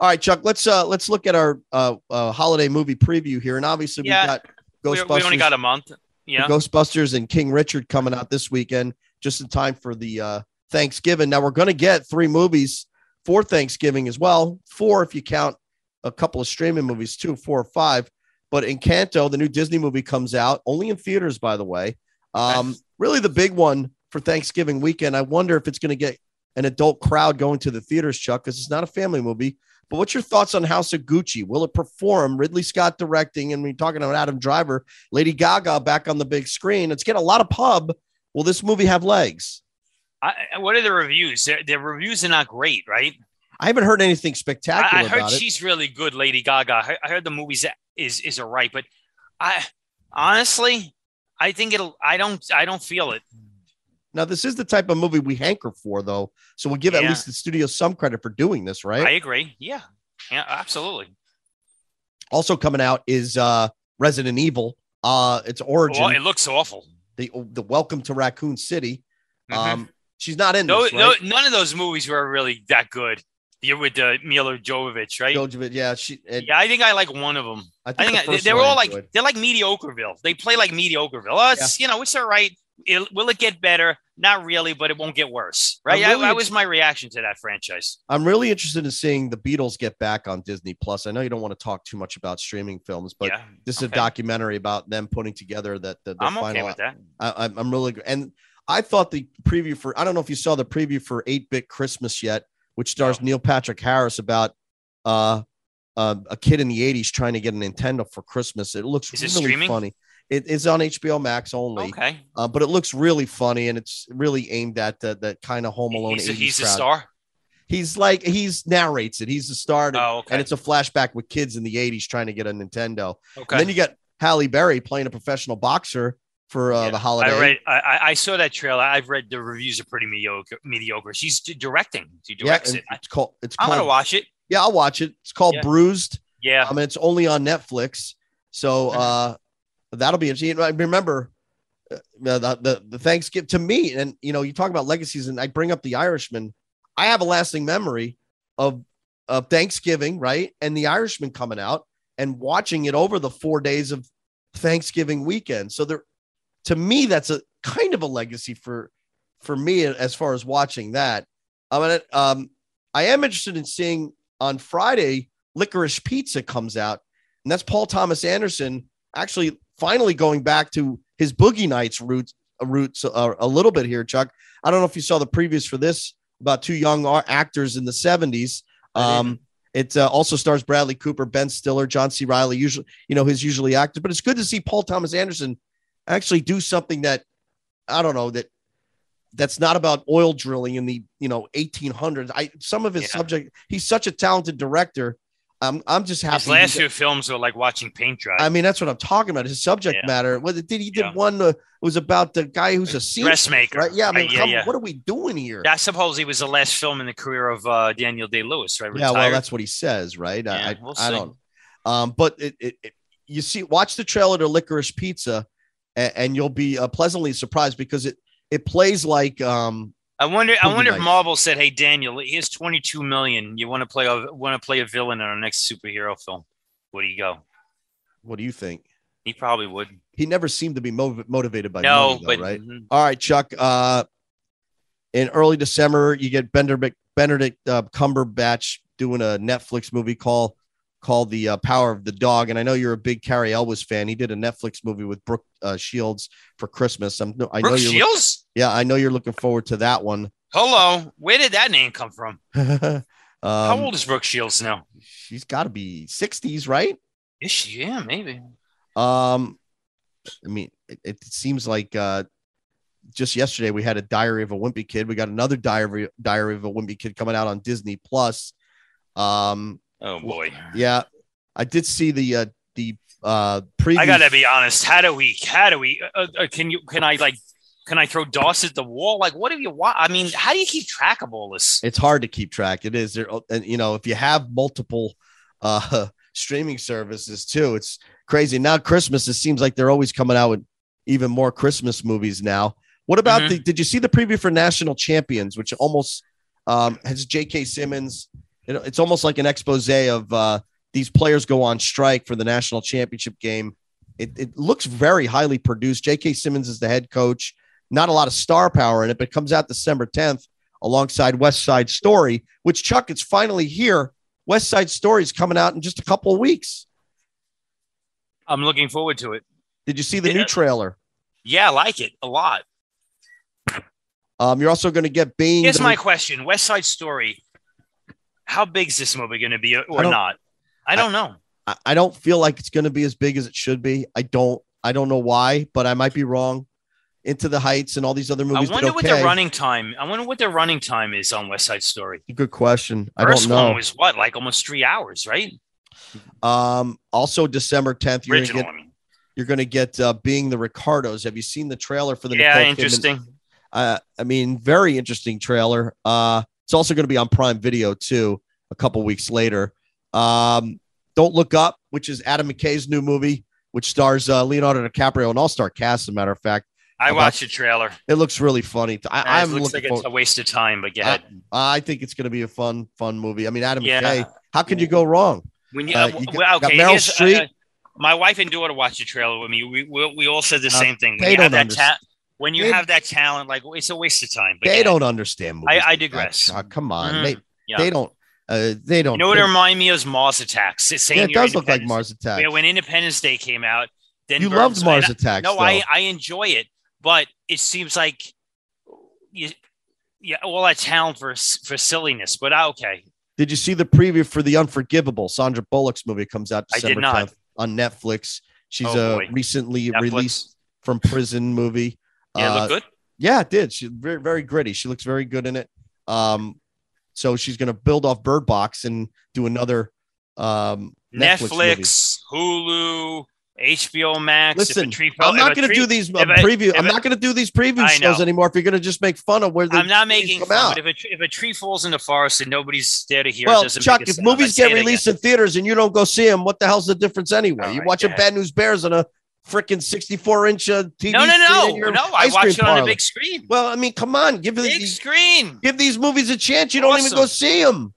[SPEAKER 2] All right, Chuck. Let's uh let's look at our uh, uh holiday movie preview here, and obviously we have
[SPEAKER 3] Yeah.
[SPEAKER 2] got
[SPEAKER 3] We,
[SPEAKER 2] Ghostbusters.
[SPEAKER 3] we only got a month. Yeah,
[SPEAKER 2] Ghostbusters and King Richard coming out this weekend, just in time for the uh, Thanksgiving. Now we're going to get three movies for Thanksgiving as well, four if you count a couple of streaming movies too, four or five. But Encanto, the new Disney movie, comes out only in theaters, by the way. Um,
[SPEAKER 3] Nice.
[SPEAKER 2] really, the big one for Thanksgiving weekend. I wonder if it's going to get an adult crowd going to the theaters, Chuck, because it's not a family movie. But what's your thoughts on House of Gucci? Will it perform? Ridley Scott directing, and we're talking about Adam Driver. Lady Gaga back on the big screen. It's getting a lot of pub. Will this movie have legs?
[SPEAKER 3] I, I- what are the reviews? Their, their reviews are not great, right?
[SPEAKER 2] I haven't heard anything
[SPEAKER 3] I,
[SPEAKER 2] spectacular
[SPEAKER 3] I heard
[SPEAKER 2] about it.
[SPEAKER 3] she's really good, Lady Gaga. I, heard- I heard the movies is is all right, but I honestly, I think it'll. I don't. I don't feel it.
[SPEAKER 2] Now, this is the type of movie we hanker for, though. So we'll give at
[SPEAKER 3] Yeah.
[SPEAKER 2] least the studio some credit for doing this, right?
[SPEAKER 3] I agree. Yeah. Yeah. Absolutely.
[SPEAKER 2] also coming out is uh Resident Evil. Uh its origin,
[SPEAKER 3] Well, it looks awful.
[SPEAKER 2] the the welcome to Raccoon City.
[SPEAKER 3] Mhm.
[SPEAKER 2] Um she's not in
[SPEAKER 3] no,
[SPEAKER 2] this,
[SPEAKER 3] no,
[SPEAKER 2] right?
[SPEAKER 3] none of those movies were really that good. You're with uh, Mila Jovovich, right?
[SPEAKER 2] Jojovic, yeah, she and
[SPEAKER 3] yeah, I think I like one of them. I
[SPEAKER 2] the
[SPEAKER 3] think I,
[SPEAKER 2] first
[SPEAKER 3] they're
[SPEAKER 2] one I
[SPEAKER 3] all like
[SPEAKER 2] enjoyed.
[SPEAKER 3] they're like mediocreville. They play like mediocreville. Oh, it's you know it's all right. It'll- will it get better? Not really, but it won't get worse, right?
[SPEAKER 2] I'm
[SPEAKER 3] I-
[SPEAKER 2] really
[SPEAKER 3] that was my reaction to that franchise.
[SPEAKER 2] I'm really interested in seeing the Beatles get back on Disney Plus. I know you don't want to talk too much about streaming films, but
[SPEAKER 3] yeah,
[SPEAKER 2] this is a
[SPEAKER 3] Okay.
[SPEAKER 2] documentary about them putting together that the, the
[SPEAKER 3] I'm
[SPEAKER 2] final.
[SPEAKER 3] okay with that.
[SPEAKER 2] I, I'm- I'm really good. And I thought the preview for I don't know if you saw the preview for Eight Bit Christmas yet, which stars Neil Patrick Harris about uh, uh, a kid in the '80s trying to get a Nintendo for Christmas. It looks
[SPEAKER 3] Is it
[SPEAKER 2] really
[SPEAKER 3] streaming?
[SPEAKER 2] funny. It is on HBO Max only,
[SPEAKER 3] Okay,
[SPEAKER 2] uh, but it looks really funny and it's really aimed at that that kind of Home Alone.
[SPEAKER 3] he's, a,
[SPEAKER 2] 80s
[SPEAKER 3] he's a
[SPEAKER 2] crowd.
[SPEAKER 3] star.
[SPEAKER 2] He's like he's narrates it. He's the star, to-
[SPEAKER 3] Oh, okay,
[SPEAKER 2] and it's a flashback with kids in the '80s trying to get a Nintendo.
[SPEAKER 3] okay.
[SPEAKER 2] And then you got Halle Berry playing a professional boxer for uh,
[SPEAKER 3] Yeah,
[SPEAKER 2] the
[SPEAKER 3] I
[SPEAKER 2] holiday.
[SPEAKER 3] read. I- I, I saw that trailer. I've read the reviews are pretty mediocre. Mediocre. She's d- directing. She
[SPEAKER 2] yeah,
[SPEAKER 3] directs
[SPEAKER 2] and
[SPEAKER 3] it. I,
[SPEAKER 2] it's called. It's
[SPEAKER 3] I'm
[SPEAKER 2] called.
[SPEAKER 3] gonna watch it.
[SPEAKER 2] Yeah, I'll watch it. It's called
[SPEAKER 3] Yeah.
[SPEAKER 2] Bruised.
[SPEAKER 3] Yeah.
[SPEAKER 2] I mean, it's only on Netflix, so uh, that'll be interesting. I remember uh, the the, the Thanksgiving to me, and you know, you talk about legacies, and I bring up the Irishman. I have a lasting memory of of Thanksgiving, right, and the Irishman coming out and watching it over the four days of Thanksgiving weekend. So there, to me, that's a kind of a legacy for for me as far as watching that. I mean, um, I am interested in seeing on Friday Licorice Pizza comes out, and that's Paul Thomas Anderson actually finally going back to his Boogie Nights roots uh, roots uh, a little bit here, Chuck. I don't know if you saw the previews for this about two young ar- actors in the '70s.
[SPEAKER 3] I
[SPEAKER 2] Um, it uh, also stars Bradley Cooper, Ben Stiller, John C. Riley, usually you know his usually actors, but it's good to see Paul Thomas Anderson actually do something that I don't know that that's not about oil drilling in the you know 1800s. I some of his
[SPEAKER 3] Yeah.
[SPEAKER 2] subject. He's such a talented director. I'm I'm just happy.
[SPEAKER 3] His
[SPEAKER 2] he
[SPEAKER 3] last
[SPEAKER 2] got-
[SPEAKER 3] two films were like watching paint dry.
[SPEAKER 2] I mean, that's what I'm talking about. His subject
[SPEAKER 3] Yeah.
[SPEAKER 2] matter. Well, did he did
[SPEAKER 3] Yeah.
[SPEAKER 2] one uh, was about the guy who's a seamstress,
[SPEAKER 3] Dressmaker.
[SPEAKER 2] right? Yeah, I mean,
[SPEAKER 3] Right, yeah,
[SPEAKER 2] come-
[SPEAKER 3] yeah.
[SPEAKER 2] what are we doing here?
[SPEAKER 3] That supposedly was the last film in the career of uh, Daniel Day Lewis, right?
[SPEAKER 2] yeah, well,
[SPEAKER 3] Retired.
[SPEAKER 2] that's what he says, right? I,
[SPEAKER 3] Yeah,
[SPEAKER 2] I,
[SPEAKER 3] we'll
[SPEAKER 2] I
[SPEAKER 3] see.
[SPEAKER 2] don't. Um, but it, it, it- you see, watch the trailer to Licorice Pizza, and, and you'll be uh, pleasantly surprised because it it plays like um,
[SPEAKER 3] I wonder. I
[SPEAKER 2] Boogie
[SPEAKER 3] wonder if
[SPEAKER 2] Nights.
[SPEAKER 3] Marvel said, "Hey, Daniel, here's 22 million. You want to play a want to play a villain in our next superhero film? Where do you go?"
[SPEAKER 2] what do you think?
[SPEAKER 3] He probably would.
[SPEAKER 2] He never seemed to be mov- motivated by
[SPEAKER 3] no,
[SPEAKER 2] money, though,
[SPEAKER 3] but
[SPEAKER 2] right.
[SPEAKER 3] mhm.
[SPEAKER 2] All right, Chuck. Uh, in early December, you get Bender, Benedict uh, Cumberbatch doing a Netflix movie call called The uh, Power of the Dog. And I know you're a big Carrie Elwes fan. He did a Netflix movie with Brooke uh, Shields for Christmas. I'm, I know
[SPEAKER 3] Brooke
[SPEAKER 2] you're,
[SPEAKER 3] Shields?
[SPEAKER 2] yeah, I know you're looking forward to that one. (laughs)
[SPEAKER 3] Hello. Where did that name come from?
[SPEAKER 2] um,
[SPEAKER 3] How old is Brooke Shields now?
[SPEAKER 2] She's got to be 60s, right?
[SPEAKER 3] Is she? Yeah, maybe.
[SPEAKER 2] Um, I mean, it, it seems like uh, just yesterday we had a Diary of a Wimpy Kid. We got another Diary Diary of a Wimpy Kid coming out on Disney Plus. Um,
[SPEAKER 3] Oh boy.
[SPEAKER 2] yeah, I did see the uh, the uh preview.
[SPEAKER 3] I gotta be honest. How do we? How do we? Uh, uh, can you? Can I like? Can I throw DOS at the wall? Like, what do you want? I mean, how do you keep track of all this?
[SPEAKER 2] It's hard to keep track. It is there, oh, and you know, if you have multiple uh (laughs) streaming services too, it's crazy. Now Christmas, it seems like they're always coming out with even more Christmas movies now. What about
[SPEAKER 3] Mhm.
[SPEAKER 2] the? Did you see the preview for National Champions, which almost um, has J.K. Simmons? It, it's almost like an expose of uh, these players go on strike for the national championship game. It, it looks very highly produced. J.K. Simmons is the head coach. Not a lot of star power in it, but it comes out December 10th alongside West Side Story, which Chuck, it's finally here. West Side Story is coming out in just a couple of weeks.
[SPEAKER 3] I'm looking forward to it.
[SPEAKER 2] Did you see the
[SPEAKER 3] Yeah.
[SPEAKER 2] new trailer?
[SPEAKER 3] Yeah, I like it a lot.
[SPEAKER 2] Um, you're also going to get Bane.
[SPEAKER 3] Here's
[SPEAKER 2] the-
[SPEAKER 3] my question: West Side Story. How big is this movie going to be, uh, or
[SPEAKER 2] don't-
[SPEAKER 3] not? I don't know.
[SPEAKER 2] I- I don't feel like it's going to be as big as it should be. I don't. I don't know why, but I might be wrong. Into the Heights and all these other
[SPEAKER 3] I
[SPEAKER 2] movies. did
[SPEAKER 3] wonder what
[SPEAKER 2] okay.
[SPEAKER 3] the running time. I wonder what the running time is on West Side Story.
[SPEAKER 2] Good question. I
[SPEAKER 3] First
[SPEAKER 2] don't
[SPEAKER 3] one
[SPEAKER 2] know.
[SPEAKER 3] was what, like almost three hours, right?
[SPEAKER 2] um, also December 10th, you're
[SPEAKER 3] Original.
[SPEAKER 2] going to get
[SPEAKER 3] I mean.
[SPEAKER 2] you're going to get uh, being the Ricardos. Have you seen the trailer for the
[SPEAKER 3] Yeah,
[SPEAKER 2] Nicole Kidman-
[SPEAKER 3] interesting.
[SPEAKER 2] uh, I mean, very interesting trailer. Uh, it's also going to be on Prime Video too. A couple weeks later, um, Don't Look Up, which is Adam McKay's new movie, which stars uh, Leonardo DiCaprio and all-star cast. As a matter of fact,
[SPEAKER 3] I
[SPEAKER 2] about-
[SPEAKER 3] watched the trailer.
[SPEAKER 2] it looks really funny. I,
[SPEAKER 3] It
[SPEAKER 2] I'm
[SPEAKER 3] looks like
[SPEAKER 2] looking
[SPEAKER 3] it's a
[SPEAKER 2] forward.
[SPEAKER 3] waste of time, but yeah,
[SPEAKER 2] I, I think it's going to be a fun, fun movie. I mean, Adam
[SPEAKER 3] Yeah.
[SPEAKER 2] McKay. How can you go wrong?
[SPEAKER 3] When you,
[SPEAKER 2] Uh,
[SPEAKER 3] uh,
[SPEAKER 2] you got-
[SPEAKER 3] well,
[SPEAKER 2] got
[SPEAKER 3] okay,
[SPEAKER 2] Meryl
[SPEAKER 3] here's,
[SPEAKER 2] Streep.
[SPEAKER 3] uh, my wife and daughter watched the trailer with me. We we, we all said the
[SPEAKER 2] Uh,
[SPEAKER 3] same thing. When
[SPEAKER 2] they
[SPEAKER 3] you have
[SPEAKER 2] don't
[SPEAKER 3] that ta- when you
[SPEAKER 2] they-
[SPEAKER 3] have that talent, like it's a waste of time. But
[SPEAKER 2] They
[SPEAKER 3] yeah.
[SPEAKER 2] don't understand movies.
[SPEAKER 3] I- I
[SPEAKER 2] like that.
[SPEAKER 3] digress.
[SPEAKER 2] Ah, come on,
[SPEAKER 3] Mhm.
[SPEAKER 2] they,
[SPEAKER 3] Yeah.
[SPEAKER 2] they don't. Uh, they don't.
[SPEAKER 3] You know what
[SPEAKER 2] they-
[SPEAKER 3] it reminded me of is Mars Attacks. It's
[SPEAKER 2] yeah,
[SPEAKER 3] saying
[SPEAKER 2] it does look like Mars Attacks.
[SPEAKER 3] Yeah, when Independence Day came out, then
[SPEAKER 2] you
[SPEAKER 3] Burns-
[SPEAKER 2] loved
[SPEAKER 3] and
[SPEAKER 2] Mars
[SPEAKER 3] I-
[SPEAKER 2] Attacks.
[SPEAKER 3] No,
[SPEAKER 2] though.
[SPEAKER 3] I I enjoy it, but it seems like you, yeah, all that talent for s- for silliness. But uh, okay,
[SPEAKER 2] Did you see the preview for The Unforgivable? Sandra Bullock's movie comes out
[SPEAKER 3] I did
[SPEAKER 2] December
[SPEAKER 3] not.
[SPEAKER 2] 10th on Netflix. She's
[SPEAKER 3] Oh,
[SPEAKER 2] a
[SPEAKER 3] boy.
[SPEAKER 2] recently
[SPEAKER 3] Netflix.
[SPEAKER 2] released from prison movie.
[SPEAKER 3] yeah, it
[SPEAKER 2] Uh,
[SPEAKER 3] looked good.
[SPEAKER 2] yeah, it did. She's very, very gritty. She looks very good in it. Um, so she's going to build off Bird Box and do another um, Netflix. movie.
[SPEAKER 3] Netflix, Hulu, HBO Max. if a
[SPEAKER 2] Listen,
[SPEAKER 3] tree-
[SPEAKER 2] I'm
[SPEAKER 3] if
[SPEAKER 2] not
[SPEAKER 3] a
[SPEAKER 2] going to
[SPEAKER 3] tree-
[SPEAKER 2] do these uh,
[SPEAKER 3] if I-
[SPEAKER 2] preview.
[SPEAKER 3] if
[SPEAKER 2] I'm
[SPEAKER 3] I-
[SPEAKER 2] not going to do these preview
[SPEAKER 3] I
[SPEAKER 2] shows
[SPEAKER 3] know.
[SPEAKER 2] anymore. If you're going to just make fun of where the
[SPEAKER 3] I'm not
[SPEAKER 2] movies
[SPEAKER 3] making
[SPEAKER 2] come
[SPEAKER 3] fun,
[SPEAKER 2] out.
[SPEAKER 3] but if a, tree, if a tree falls in the forest and nobody's there to hear, it
[SPEAKER 2] Well,
[SPEAKER 3] doesn't
[SPEAKER 2] Chuck,
[SPEAKER 3] make a
[SPEAKER 2] if
[SPEAKER 3] sound. I
[SPEAKER 2] movies
[SPEAKER 3] say
[SPEAKER 2] get
[SPEAKER 3] it again.
[SPEAKER 2] released in theaters and you don't go see them, what the hell's the difference anyway?
[SPEAKER 3] All
[SPEAKER 2] You're
[SPEAKER 3] right,
[SPEAKER 2] watching
[SPEAKER 3] go ahead.
[SPEAKER 2] Bad News Bears on a freaking 64 inch uh, TV.
[SPEAKER 3] no, no,
[SPEAKER 2] screen in
[SPEAKER 3] no,
[SPEAKER 2] your
[SPEAKER 3] no, I
[SPEAKER 2] ice
[SPEAKER 3] watch
[SPEAKER 2] cream
[SPEAKER 3] it on a
[SPEAKER 2] parlor.
[SPEAKER 3] big screen.
[SPEAKER 2] Well, I mean, come on, give
[SPEAKER 3] Big
[SPEAKER 2] these
[SPEAKER 3] screen.
[SPEAKER 2] give these movies a chance. You don't even go
[SPEAKER 3] Awesome.
[SPEAKER 2] see them.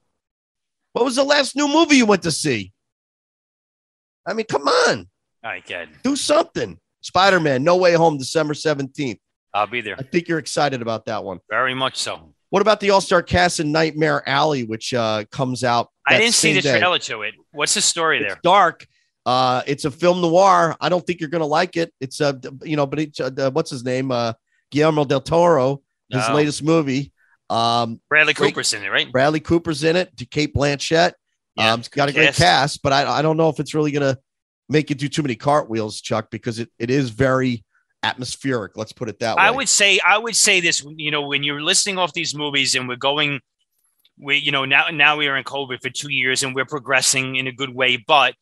[SPEAKER 2] What was the last new movie you went to see? I mean, come on,
[SPEAKER 3] All right, good.
[SPEAKER 2] do something. Spider Man, No Way Home, December 17th.
[SPEAKER 3] I'll be there.
[SPEAKER 2] I think you're excited about that one.
[SPEAKER 3] Very much so.
[SPEAKER 2] What about the All Star Cast and Nightmare Alley, which uh, comes out?
[SPEAKER 3] I
[SPEAKER 2] that
[SPEAKER 3] didn't see
[SPEAKER 2] same
[SPEAKER 3] the
[SPEAKER 2] day?
[SPEAKER 3] trailer to it. What's the story
[SPEAKER 2] It's
[SPEAKER 3] there?
[SPEAKER 2] dark. Uh, it's a film noir. I don't think you're gonna like it. It's uh, d- you know, but it's uh, d- what's his name? Uh, Guillermo del Toro, his
[SPEAKER 3] No.
[SPEAKER 2] latest movie. Um,
[SPEAKER 3] Uh, Bradley
[SPEAKER 2] Wait.
[SPEAKER 3] Cooper's in it, right?
[SPEAKER 2] Bradley Cooper's in it. Kate Blanchett.
[SPEAKER 3] Yeah,
[SPEAKER 2] um, it's got a great
[SPEAKER 3] cast.
[SPEAKER 2] cast, but I, I don't know if it's really gonna make you do too many cartwheels, Chuck, because it, it is very atmospheric. Let's put it that way.
[SPEAKER 3] I would say I would say this. You know, when you're listing off these movies, and we're going, we you know now now we are in COVID for two years, and we're progressing in a good way, but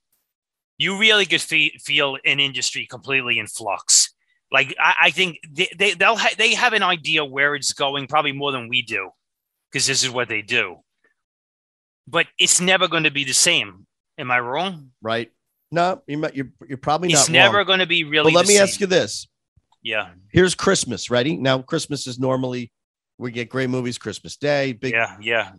[SPEAKER 3] you really could fe- feel an industry completely in flux. Like I, I think they, they they'll ha- they have an idea where it's going, probably more than we do, because this is what they do. But it's never going to be the same. Am I wrong?
[SPEAKER 2] right? No, you might- you're you're probably
[SPEAKER 3] It's
[SPEAKER 2] not
[SPEAKER 3] never
[SPEAKER 2] wrong.
[SPEAKER 3] going to be really.
[SPEAKER 2] But let
[SPEAKER 3] the
[SPEAKER 2] me
[SPEAKER 3] same.
[SPEAKER 2] ask you this:
[SPEAKER 3] Yeah,
[SPEAKER 2] here's Christmas. Ready now? Christmas is normally we get great movies. Christmas Day, big.
[SPEAKER 3] yeah, yeah.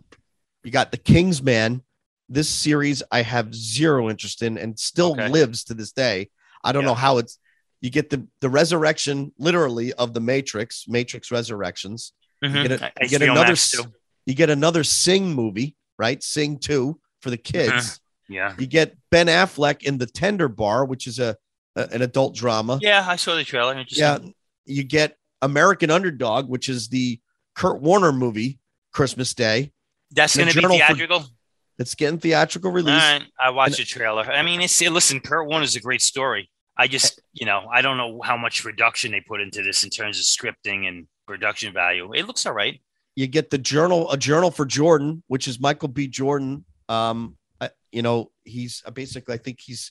[SPEAKER 2] You got The Kingsman. This series I have zero interest in, and still
[SPEAKER 3] Okay.
[SPEAKER 2] lives to this day. I don't
[SPEAKER 3] Yeah.
[SPEAKER 2] know how it's. You get the the resurrection, literally, of the Matrix. Matrix Resurrections.
[SPEAKER 3] Mhm.
[SPEAKER 2] get a-
[SPEAKER 3] I-
[SPEAKER 2] you get
[SPEAKER 3] HBO
[SPEAKER 2] another
[SPEAKER 3] Max,
[SPEAKER 2] s-
[SPEAKER 3] too.
[SPEAKER 2] You get another Sing movie, right? Sing two for the kids.
[SPEAKER 3] Yeah.
[SPEAKER 2] You get Ben Affleck in The Tender Bar, which is a, a- an adult drama.
[SPEAKER 3] Yeah, I saw the trailer. and it just-
[SPEAKER 2] Yeah. You get American Underdog, which is the Kurt Warner movie, Christmas Day.
[SPEAKER 3] That's
[SPEAKER 2] The
[SPEAKER 3] going to be
[SPEAKER 2] Journal for-
[SPEAKER 3] theatrical.
[SPEAKER 2] That's getting theatrical release.
[SPEAKER 3] All right, I watched the trailer. I mean, it's listen, Kurt Warner's a great story. I just, you know, I don't know how much production they put into this in terms of scripting and production value. It looks all right.
[SPEAKER 2] you get the journal a journal for jordan which is michael b jordan um I, you know he's uh, basically i think he's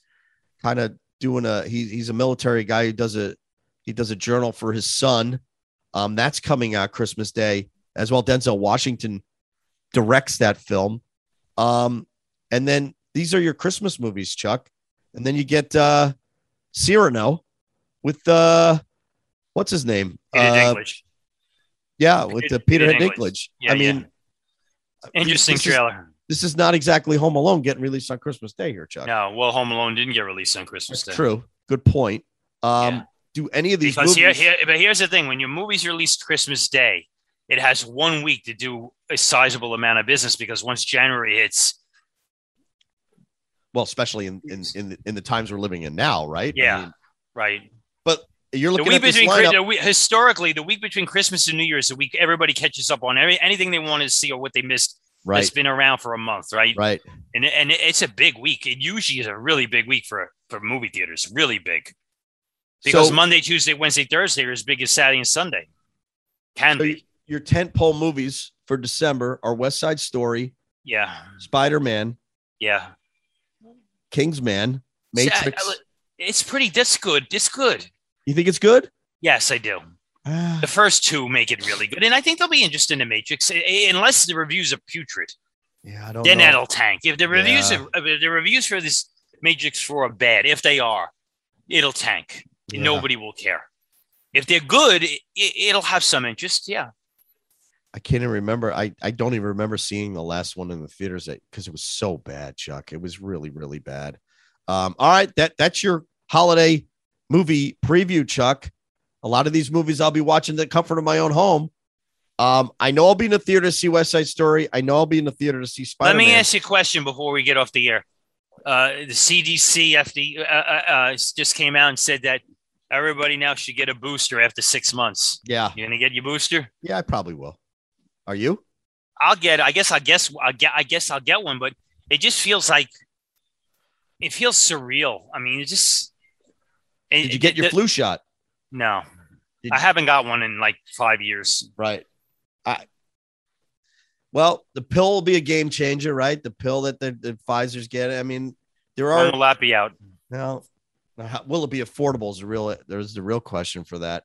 [SPEAKER 2] kind of doing a he's, he's a military guy who does a he does a journal for his son um that's coming out christmas day as well denzel washington directs that film um and then these are your christmas movies chuck and then you get uh cyrano with uh what's his name
[SPEAKER 3] Peter
[SPEAKER 2] Uh,
[SPEAKER 3] Dinklage.
[SPEAKER 2] yeah, with the Peter
[SPEAKER 3] Peter
[SPEAKER 2] Dinklage.
[SPEAKER 3] Dinklage. Yeah,
[SPEAKER 2] I mean,
[SPEAKER 3] Interesting
[SPEAKER 2] this is-
[SPEAKER 3] trailer.
[SPEAKER 2] this is not exactly Home Alone getting released on Christmas Day here, Chuck.
[SPEAKER 3] No, well, Home Alone didn't get released on Christmas
[SPEAKER 2] That's
[SPEAKER 3] Day.
[SPEAKER 2] true. Good point. Um,
[SPEAKER 3] Yeah.
[SPEAKER 2] Do any of these
[SPEAKER 3] Because here,
[SPEAKER 2] movies?
[SPEAKER 3] here, but here's the thing: when your movie's released Christmas Day, it has one week to do a sizable amount of business because once January hits,
[SPEAKER 2] well, especially in in in the, in the times we're living in now, right? I
[SPEAKER 3] Yeah.
[SPEAKER 2] mean,
[SPEAKER 3] right?
[SPEAKER 2] you're
[SPEAKER 3] the
[SPEAKER 2] looking
[SPEAKER 3] week
[SPEAKER 2] at this
[SPEAKER 3] between
[SPEAKER 2] lineup.
[SPEAKER 3] Chri- the week, historically the week between Christmas and New Year's, the week everybody catches up on every, anything they wanted to see or what they missed. It's
[SPEAKER 2] right,
[SPEAKER 3] been around for a month, right?
[SPEAKER 2] right.
[SPEAKER 3] And and it's a big week. It usually is a really big week for for movie theaters, really big. Because
[SPEAKER 2] So
[SPEAKER 3] Monday, Tuesday, Wednesday, Thursday are as big as Saturday and Sunday. Can
[SPEAKER 2] So
[SPEAKER 3] be,
[SPEAKER 2] your tent pole movies for December are West Side Story,
[SPEAKER 3] yeah,
[SPEAKER 2] Spider Man,
[SPEAKER 3] yeah.
[SPEAKER 2] Kingsman,
[SPEAKER 3] See, I- I
[SPEAKER 2] Matrix.
[SPEAKER 3] li- it's pretty. That's good. It's good.
[SPEAKER 2] you think it's good? (sighs)
[SPEAKER 3] Yes, I do.
[SPEAKER 2] Ah,
[SPEAKER 3] The first two make it really good, and I think they'll be interested in Matrix, i- i- unless the reviews are putrid.
[SPEAKER 2] yeah, I don't
[SPEAKER 3] then
[SPEAKER 2] know.
[SPEAKER 3] that'll tank. If the reviews
[SPEAKER 2] Yeah.
[SPEAKER 3] are, if the reviews for this Matrix Four are bad, if they are, it'll tank.
[SPEAKER 2] Yeah.
[SPEAKER 3] Nobody will care. If they're good, it, it'll have some interest. Yeah,
[SPEAKER 2] I can't even remember. I, I don't even remember seeing the last one in the theaters because it was so bad, Chuck. It was really really bad. Um, all right, that that's your holiday movie preview, Chuck. A lot of these movies I'll be watching in the comfort of my own home. Um, I know I'll be in the theater to see West Side Story. I know I'll be in the theater to see Spider
[SPEAKER 3] let me
[SPEAKER 2] Man.
[SPEAKER 3] ask you a question before we get off the air. Uh, the CDC FD, uh, uh, uh, just came out and said that everybody now should get a booster after six months.
[SPEAKER 2] Yeah,
[SPEAKER 3] You gonna get your booster?
[SPEAKER 2] yeah, I probably will. Are you?
[SPEAKER 3] I'll get. I guess. I guess. I get. I guess I'll get one. But it just feels like it feels surreal. I mean, it just.
[SPEAKER 2] Did you get your
[SPEAKER 3] the-
[SPEAKER 2] flu shot?
[SPEAKER 3] No,
[SPEAKER 2] Did-
[SPEAKER 3] I haven't got one in like five years.
[SPEAKER 2] Right. I well, the pill will be a game changer, right? The pill that the, the Pfizer's getting. I mean, there
[SPEAKER 3] When
[SPEAKER 2] are
[SPEAKER 3] will that be out?
[SPEAKER 2] now. now how- Will it be affordable? Is the real there's the real question for that.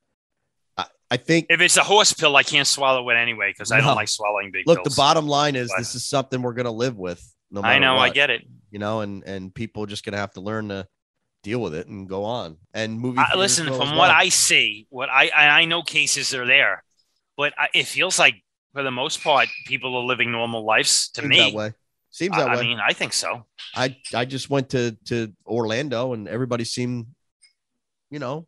[SPEAKER 2] I, I think.
[SPEAKER 3] If it's a horse pill, I can't swallow it anyway because I
[SPEAKER 2] No.
[SPEAKER 3] don't like swallowing big
[SPEAKER 2] Look, the
[SPEAKER 3] pills.
[SPEAKER 2] bottom line is
[SPEAKER 3] But-
[SPEAKER 2] this is something we're gonna live with. No matter
[SPEAKER 3] I know. I
[SPEAKER 2] what,
[SPEAKER 3] get it.
[SPEAKER 2] you know, and and people are just gonna have to learn to deal with it and go on. And movie.
[SPEAKER 3] I,
[SPEAKER 2] theaters
[SPEAKER 3] listen,
[SPEAKER 2] will
[SPEAKER 3] from
[SPEAKER 2] as
[SPEAKER 3] what
[SPEAKER 2] well.
[SPEAKER 3] I see, what I and I know cases are there, but I, it feels like for the most part, people are living normal lives. To
[SPEAKER 2] seems
[SPEAKER 3] me,
[SPEAKER 2] that way seems that
[SPEAKER 3] I, I
[SPEAKER 2] way.
[SPEAKER 3] mean, I think so.
[SPEAKER 2] I I just went to to Orlando and everybody seemed, you know,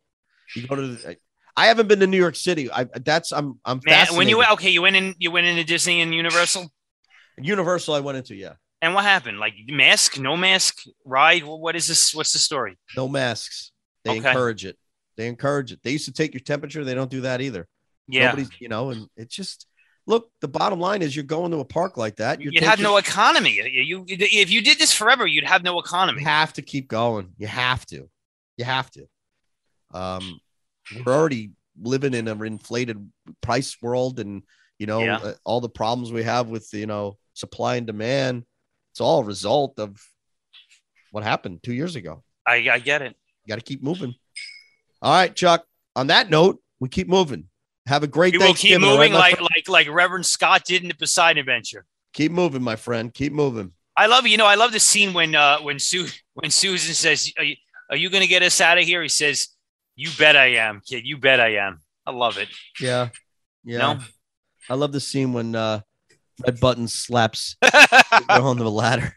[SPEAKER 2] you go to. The, I haven't been to New York City. I that's I'm I'm
[SPEAKER 3] Man, when you
[SPEAKER 2] fascinated.
[SPEAKER 3] okay, you went in, you went into Disney and Universal,
[SPEAKER 2] Universal. I went into yeah,
[SPEAKER 3] and what happened? Like mask, no mask, ride. Wh- What is this? What's the story?
[SPEAKER 2] no masks. They
[SPEAKER 3] Okay.
[SPEAKER 2] encourage it. They encourage it. They used to take your temperature. They don't do that either.
[SPEAKER 3] Yeah,
[SPEAKER 2] Nobody's you know, and it's just look. The bottom line is you're going to a park like that. You're
[SPEAKER 3] you'd have
[SPEAKER 2] taking-
[SPEAKER 3] no economy. You, you- if you did this forever, you'd have no
[SPEAKER 2] You
[SPEAKER 3] economy.
[SPEAKER 2] have to keep going. You have to. You have to. Um, we're already living in an inflated price world, and you know
[SPEAKER 3] Yeah.
[SPEAKER 2] uh, all the problems we have with you know supply and demand. It's all a result of what happened two years ago.
[SPEAKER 3] I, I get it.
[SPEAKER 2] You got to keep moving. All right, Chuck. On that note, we keep moving. Have a great
[SPEAKER 3] We
[SPEAKER 2] day.
[SPEAKER 3] will keep moving like like like Reverend Scott did in the Poseidon Adventure.
[SPEAKER 2] keep moving, my friend. Keep moving.
[SPEAKER 3] I love you know I love the scene when uh when Sue when Susan says are you, are you gonna get us out of here? He says, "You bet I am, kid. You bet I am." I
[SPEAKER 2] (laughs)
[SPEAKER 3] love it. (laughs)
[SPEAKER 2] Yeah, yeah.
[SPEAKER 3] No,
[SPEAKER 2] I love the scene when uh, Red Button
[SPEAKER 3] (laughs)
[SPEAKER 2] slaps on the ladder.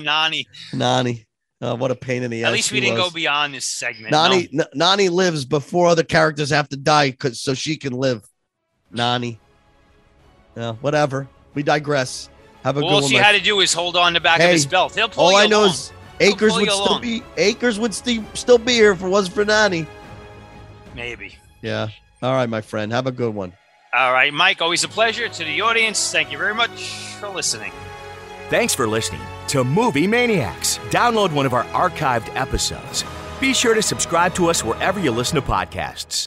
[SPEAKER 3] Nani.
[SPEAKER 2] Nani. Uh, what a pain in the ass.
[SPEAKER 3] At least we
[SPEAKER 2] he
[SPEAKER 3] didn't
[SPEAKER 2] was.
[SPEAKER 3] go beyond this segment.
[SPEAKER 2] Nani, N- Nani lives before other characters have to die 'cause- so she can live. Nani. Yeah, whatever. We digress. Have a
[SPEAKER 3] All
[SPEAKER 2] good
[SPEAKER 3] she
[SPEAKER 2] one.
[SPEAKER 3] had
[SPEAKER 2] my-
[SPEAKER 3] to do is hold on the back of
[SPEAKER 2] Hey,
[SPEAKER 3] his belt. He'll pull
[SPEAKER 2] All
[SPEAKER 3] you
[SPEAKER 2] I know
[SPEAKER 3] along.
[SPEAKER 2] is Akers
[SPEAKER 3] pull
[SPEAKER 2] would
[SPEAKER 3] you
[SPEAKER 2] still
[SPEAKER 3] along.
[SPEAKER 2] be Akers would sti- still be here if it wasn't for Nani.
[SPEAKER 3] maybe.
[SPEAKER 2] Yeah. All right, my friend. Have a good one.
[SPEAKER 3] All right, Mike, always a pleasure. To the audience, thank you very much for listening.
[SPEAKER 1] Thanks for listening to Movie Maniacs. Download one of our archived episodes. Be sure to subscribe to us wherever you listen to podcasts.